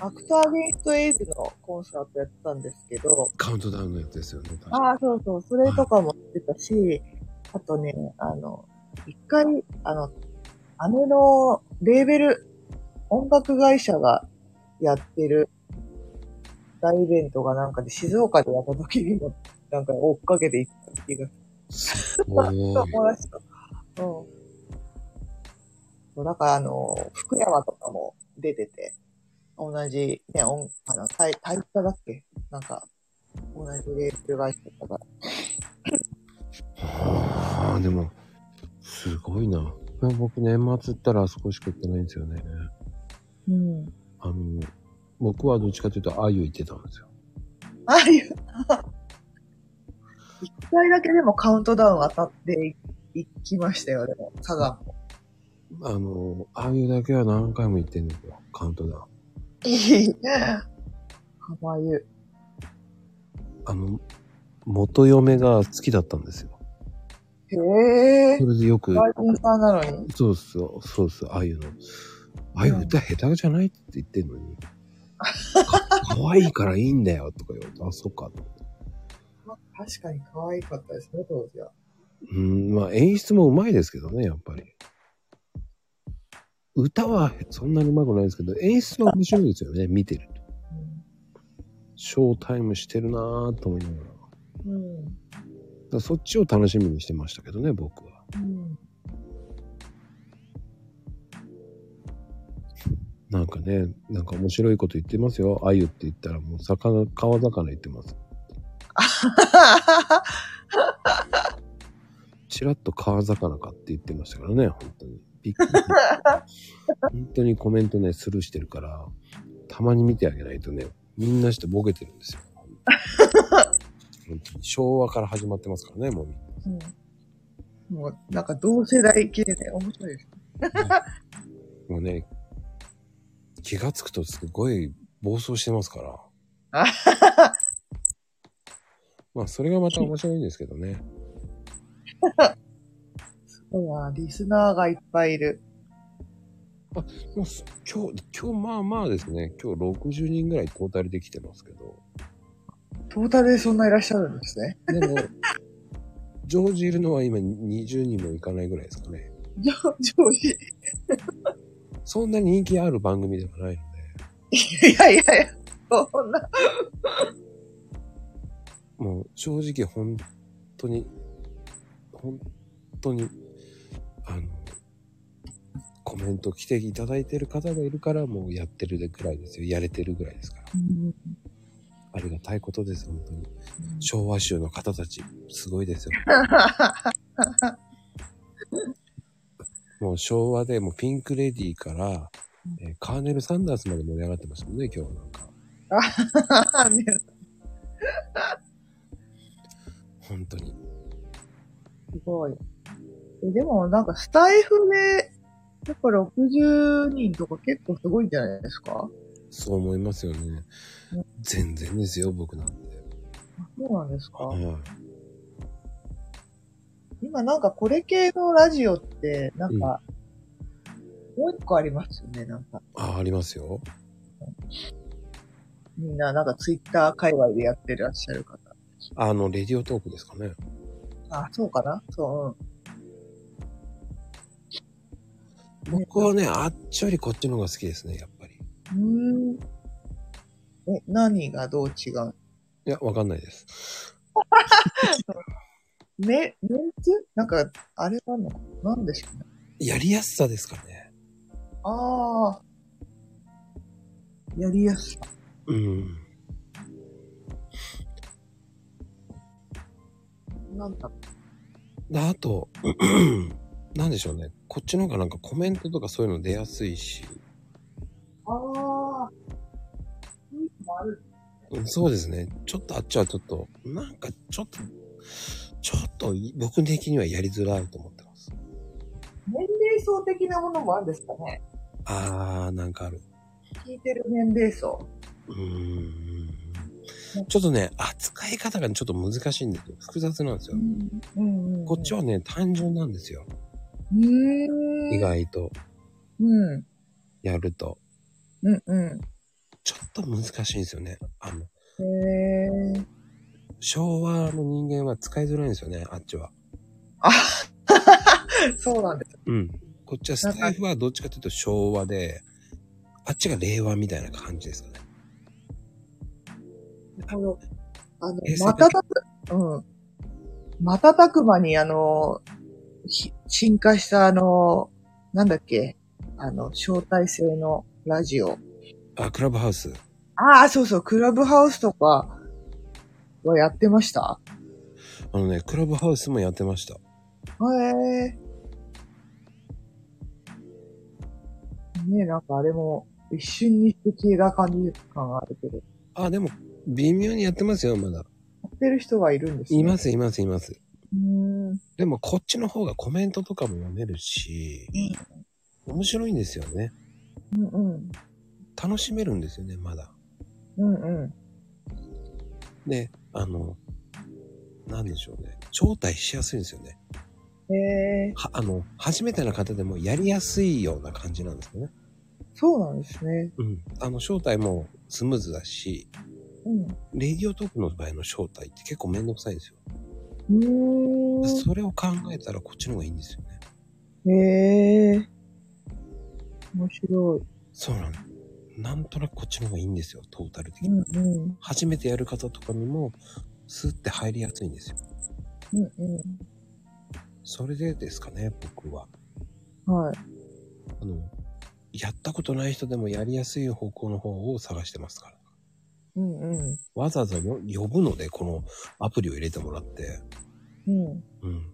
アクターゲイストエイジのコンサートやってたんですけど、
カウントダウンのやつですよね。確か
ああ、そうそう、それとかもしてたし、あとね、あの、一回、あの、姉のレーベル、音楽会社がやってる大イベントがなんかで静岡でやった時にも、なんか追っかけて行った気がす
すごい。
る。思い出した。うん。そうだからあの、福山とかも出てて、同じ、ね、音、あの、体、体育科だっけなんか、同じレーベル会社だから、
ああ、でも、すごいな。僕、年末ったらあそこしか行ってないんですよね。
うん。
あの、僕はどっちかというと、あゆ行ってたんですよ。
ああいう。 一回だけでもカウントダウン当たっていきましたよ、でも、サザ ンも。
あの、あゆだけは何回も行ってんですよ。カウントダウン。
浜湯。
あの、元嫁が好きだったんですよ。
へえ
そ。れでよく、
外人さんなのに。
そうっすよ、そうっすよ、あゆの。あゆ歌下手じゃないって言ってんのに。か可愛いからいいんだよ、とか言われて、あ、そっか、と。
確かに可愛かったですね、当時は。
うん、まあ演出もうまいですけどね、やっぱり。歌はそんなにうまくないですけど、演出は面白いですよね、見てると。ショータイムしてるなぁと思いながら。だか
うん。うん。
らそっちを楽しみにしてましたけどね、僕は。
うん。
なんかね、なんか面白いこと言ってますよ。あゆって言ったらもう魚、川魚言ってます。ちらっと川魚かって言ってましたからね、本当に。びっくり。本当にコメントね、スルーしてるから、たまに見てあげないとね、みんなしてボケてるんですよ。本当に昭和から始まってますからね、もう。
うん、もう、なんか同世代系で面白いです。
もうね、気がつくとすごい暴走してますから。ままあ、それがまた面白いんですけどね。
そうだ、リスナーがいっぱいいる。
もうす今日、今日まあまあですね、今日60人ぐらいトータルできてますけど、
トータルでそんないらっしゃるんですね。
でも、ジョージいるのは今20人もいかないぐらいですかね。
ジョージ。
そんなに人気ある番組ではないので、
いやいやいや、そんな。
もう正直本当に、本当に、あの、コメント来ていただいてる方がいるからもうやってるぐらいですよ。やれてるぐらいですから。ありがたいことです、本当に。昭和州の方たち、すごいですよ。もう昭和でもうピンクレディーから、えーカーネル・サンダースまで盛り上がってましたもんね、今日はなんか。
ね
本当に。
すごい。えでもなんかスタイフで、やっぱ60人とか結構すごいんじゃないですか
そう思いますよね。全然ですよ、僕なんて。
そうなんですか、
はい
今なんかこれ系のラジオって、なんか、もう一個ありますよね、なんか。
あ、ありますよ。
みんななんかツイッター界隈でやってらっしゃる方。
あの、レディオトークですかね。
あ、そうかなそう、
僕はね、あっちよりこっちの方が好きですね、やっぱり。
うん。うーん。え、何がどう違う
いや、わかんないです。
め、メンツなんか、あれなのなんでしょうね。
やりやすさですかね。
ああ。やりやすい。
うん。
なんだ
であと、 なんでしょうね。こっちの方がなんかコメントとかそういうの出やすいし。
ああ。そういうのもある。
うんそうですね。ちょっとあっちはちょっと、なんかちょっと、ちょっと僕的にはやりづらいと思ってます。
年齢層的なものもあるんですかね。
あー、なんかある。
聞いてる年齢層。
うーん。ちょっとね、扱い方がちょっと難しいんですよ。複雑なんですよ。
うんうん
こっちはね、単純なんですよ。
うーん。
意。外と、
うん。
やると。
うんう
ちょっと難しいんですよね。あの、
ん。へえ。
昭和の人間は使いづらいんですよね、あっちは。
そうなんです。
うん。こっちはスタイフはどっちかというと昭和で、あっちが令和みたいな感じですかね。
あの、あの
え、
瞬く、うん。瞬く間に、あの、し進化した、あの、なんだっけ、あの、招待制のラジオ。
あ、クラブハウス。
ああ、そうそう、クラブハウスとかはやってました
あのね、クラブハウスもやってました。
へえ。ねえ、なんかあれも、一瞬にして消えた感じ感があるけど、や
あ、でも、微妙にやってますよ、まだ。
ってる人はいるんですね
います、います、います。
うーん。
でも、こっちの方がコメントとかも読めるし、面白いんですよね。
うんうん。
楽しめるんですよね、まだ。
うんうん。
で、あの、なんでしょうね。招待しやすいんですよね。
へえ、
は、あの、初めての方でもやりやすいような感じなんですよね。
そうなんですね。
うん。あの、招待もスムーズだし、
うん。
レディオトークの場合の招待って結構めんどくさいんですよ。
うー
それを考えたらこっちの方がいいんですよね。
ん。へえ、面白
そうなの。なんとなくこっちの方がいいんですよ、トータル的
い。
に。
うんうん。
初めてやる方とかにも、スーって入りやすいんですよ。
うん
それでですかね、僕は。
うん。はい。
あの、やったことない人でもやりやすい方向の方を探してますから。
うんうん。
わざわざよ呼ぶので、このアプリを入れてもらって。
うん。
うん。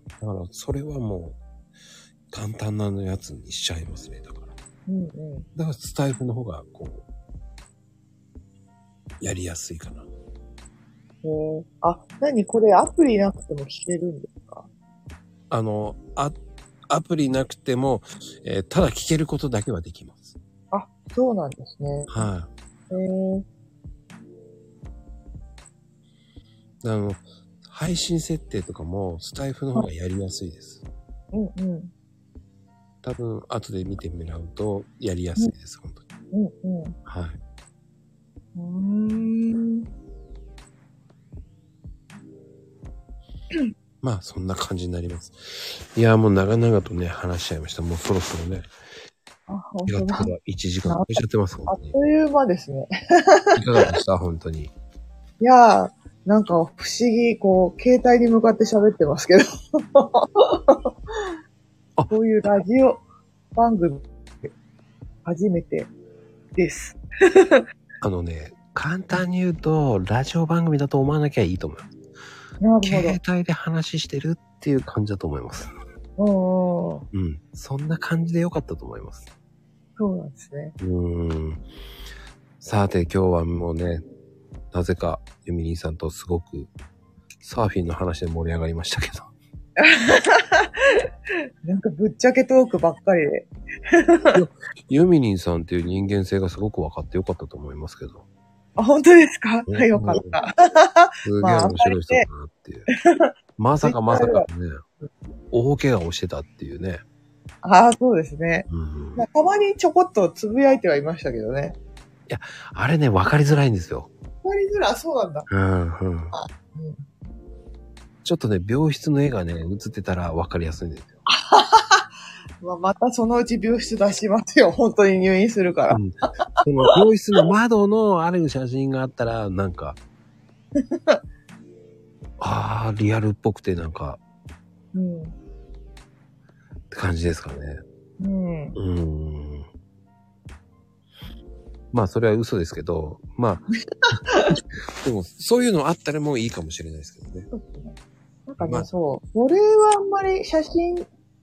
だから、それはもう、簡単なやつにしちゃいますね、だから。
うんうん。
だから、スタイフの方が、こう、やりやすいかな。
へえ。あ、なにこれアプリなくても聞けるんですか
あの、あ、アプリなくても、えーただ聞けることだけはできます。
あ、そうなんですね。
は
へえ。
い。あの、配信設定とかもスタイフの方がやりやすいです。
うんうん。
多分、後で見てもらうとやりやすいです、本当に。
うんうん。
はい。
うーん。
まあ、そんな感じになります。いやー、もう長々とね、話しちゃいました。もうそろそろね、
あ、本
やっ
当
と
だ
こ。1時間超えちゃってます、
あ
本
っ
当に。
という間ですね。
いかがでした、本当に。
いやー、なんか不思議、こう、携帯に向かって喋ってますけど。
あ
こういうラジオ番組、初めてです。
あのね、簡単に言うと、ラジオ番組だと思わなきゃいいと思います。
な
携
る
帯で話してるっていう感じだと思います。
ほど。うんうん。
うん。そんな感じでよかったと思います。
そうなんですね。
うーん。さて、今日はもうね、なぜか、ユミリンさんとすごく、サーフィンの話で盛り上がりましたけど。
なんかぶっちゃけトークばっかりで。
ユミリンさんっていう人間性がすごく分かってよかったと思いますけど。
あ、本当ですか、
うん
はい、よかった。
すげえ面白い人だなっていう。まさかまさかね、 大怪我をしてたっていうね。
ああ、そうですね。
うん
まあ、たまにちょこっとつぶやいてはいましたけどね。
あれね、分かりづらいんですよ。
わかりづらい、そうなんだ。
うんうん。ちょっとね、病室の絵がね、映ってたら分かりやすいんですよ。
まあ、またそのうち病室出しますよ。本当に入院するから。
うん、その病室の窓のある写真があったら、なんか、 あー、リアルっぽくてなんか、
うん。
って感じですかね。
うん。
うーんまあ、それは嘘ですけど、ま あ、でも、そういうのあったらもういいかもしれないですけどね。
そうですねなんかね、
まあ
そう。これはあんまり写真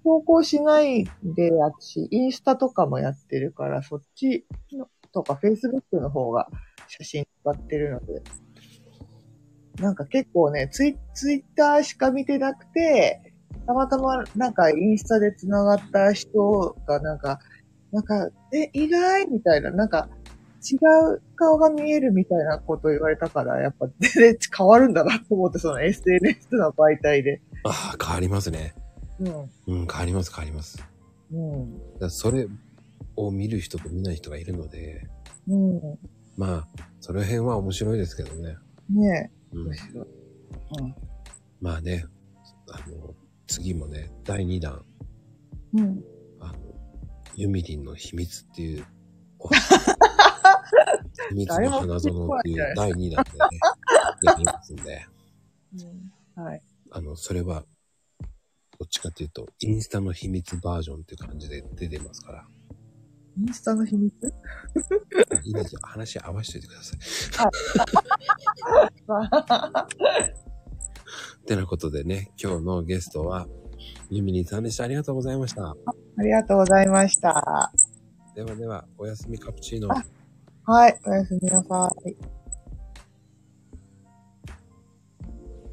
投稿しないでやっし、インスタとかもやってるから、そっちのとか、Facebook の方が写真使ってるので。なんか結構ね、ツイツイッターしか見てなくて、たまたまなんかインスタで繋がった人がなんか、なんか、え、意外みたいな、なんか、違う顔が見えるみたいなこと言われたから、やっぱ 全然変わるんだなと思って、その SNS の媒体で。
ああ、変わりますね。
うん。
うん、変わります、変わります。だか
うん。
らそれを見る人と見ない人がいるので、
う
まあ、その辺は面白いですけどね。
ん。ねえ。
う
む
ん、
しろ。うん。
まあね、あの、次もね、第2弾、
うん。
あの、ユミリンの秘密っていう、お 秘密の花園っていう第2弾でね、やりますんで。
うん、はい。
あの、それは、どっちかっていうと、インスタの秘密バージョンっていう感じで出てますから。
インスタの秘密
いいですよ。話合わせておいてください。てなことでね、今日のゲストは、ゆみりんさんでした。ありがとうございました。
ありがとうございました。
ではでは、おやすみカプチーノ。
はい。おやすみなさい。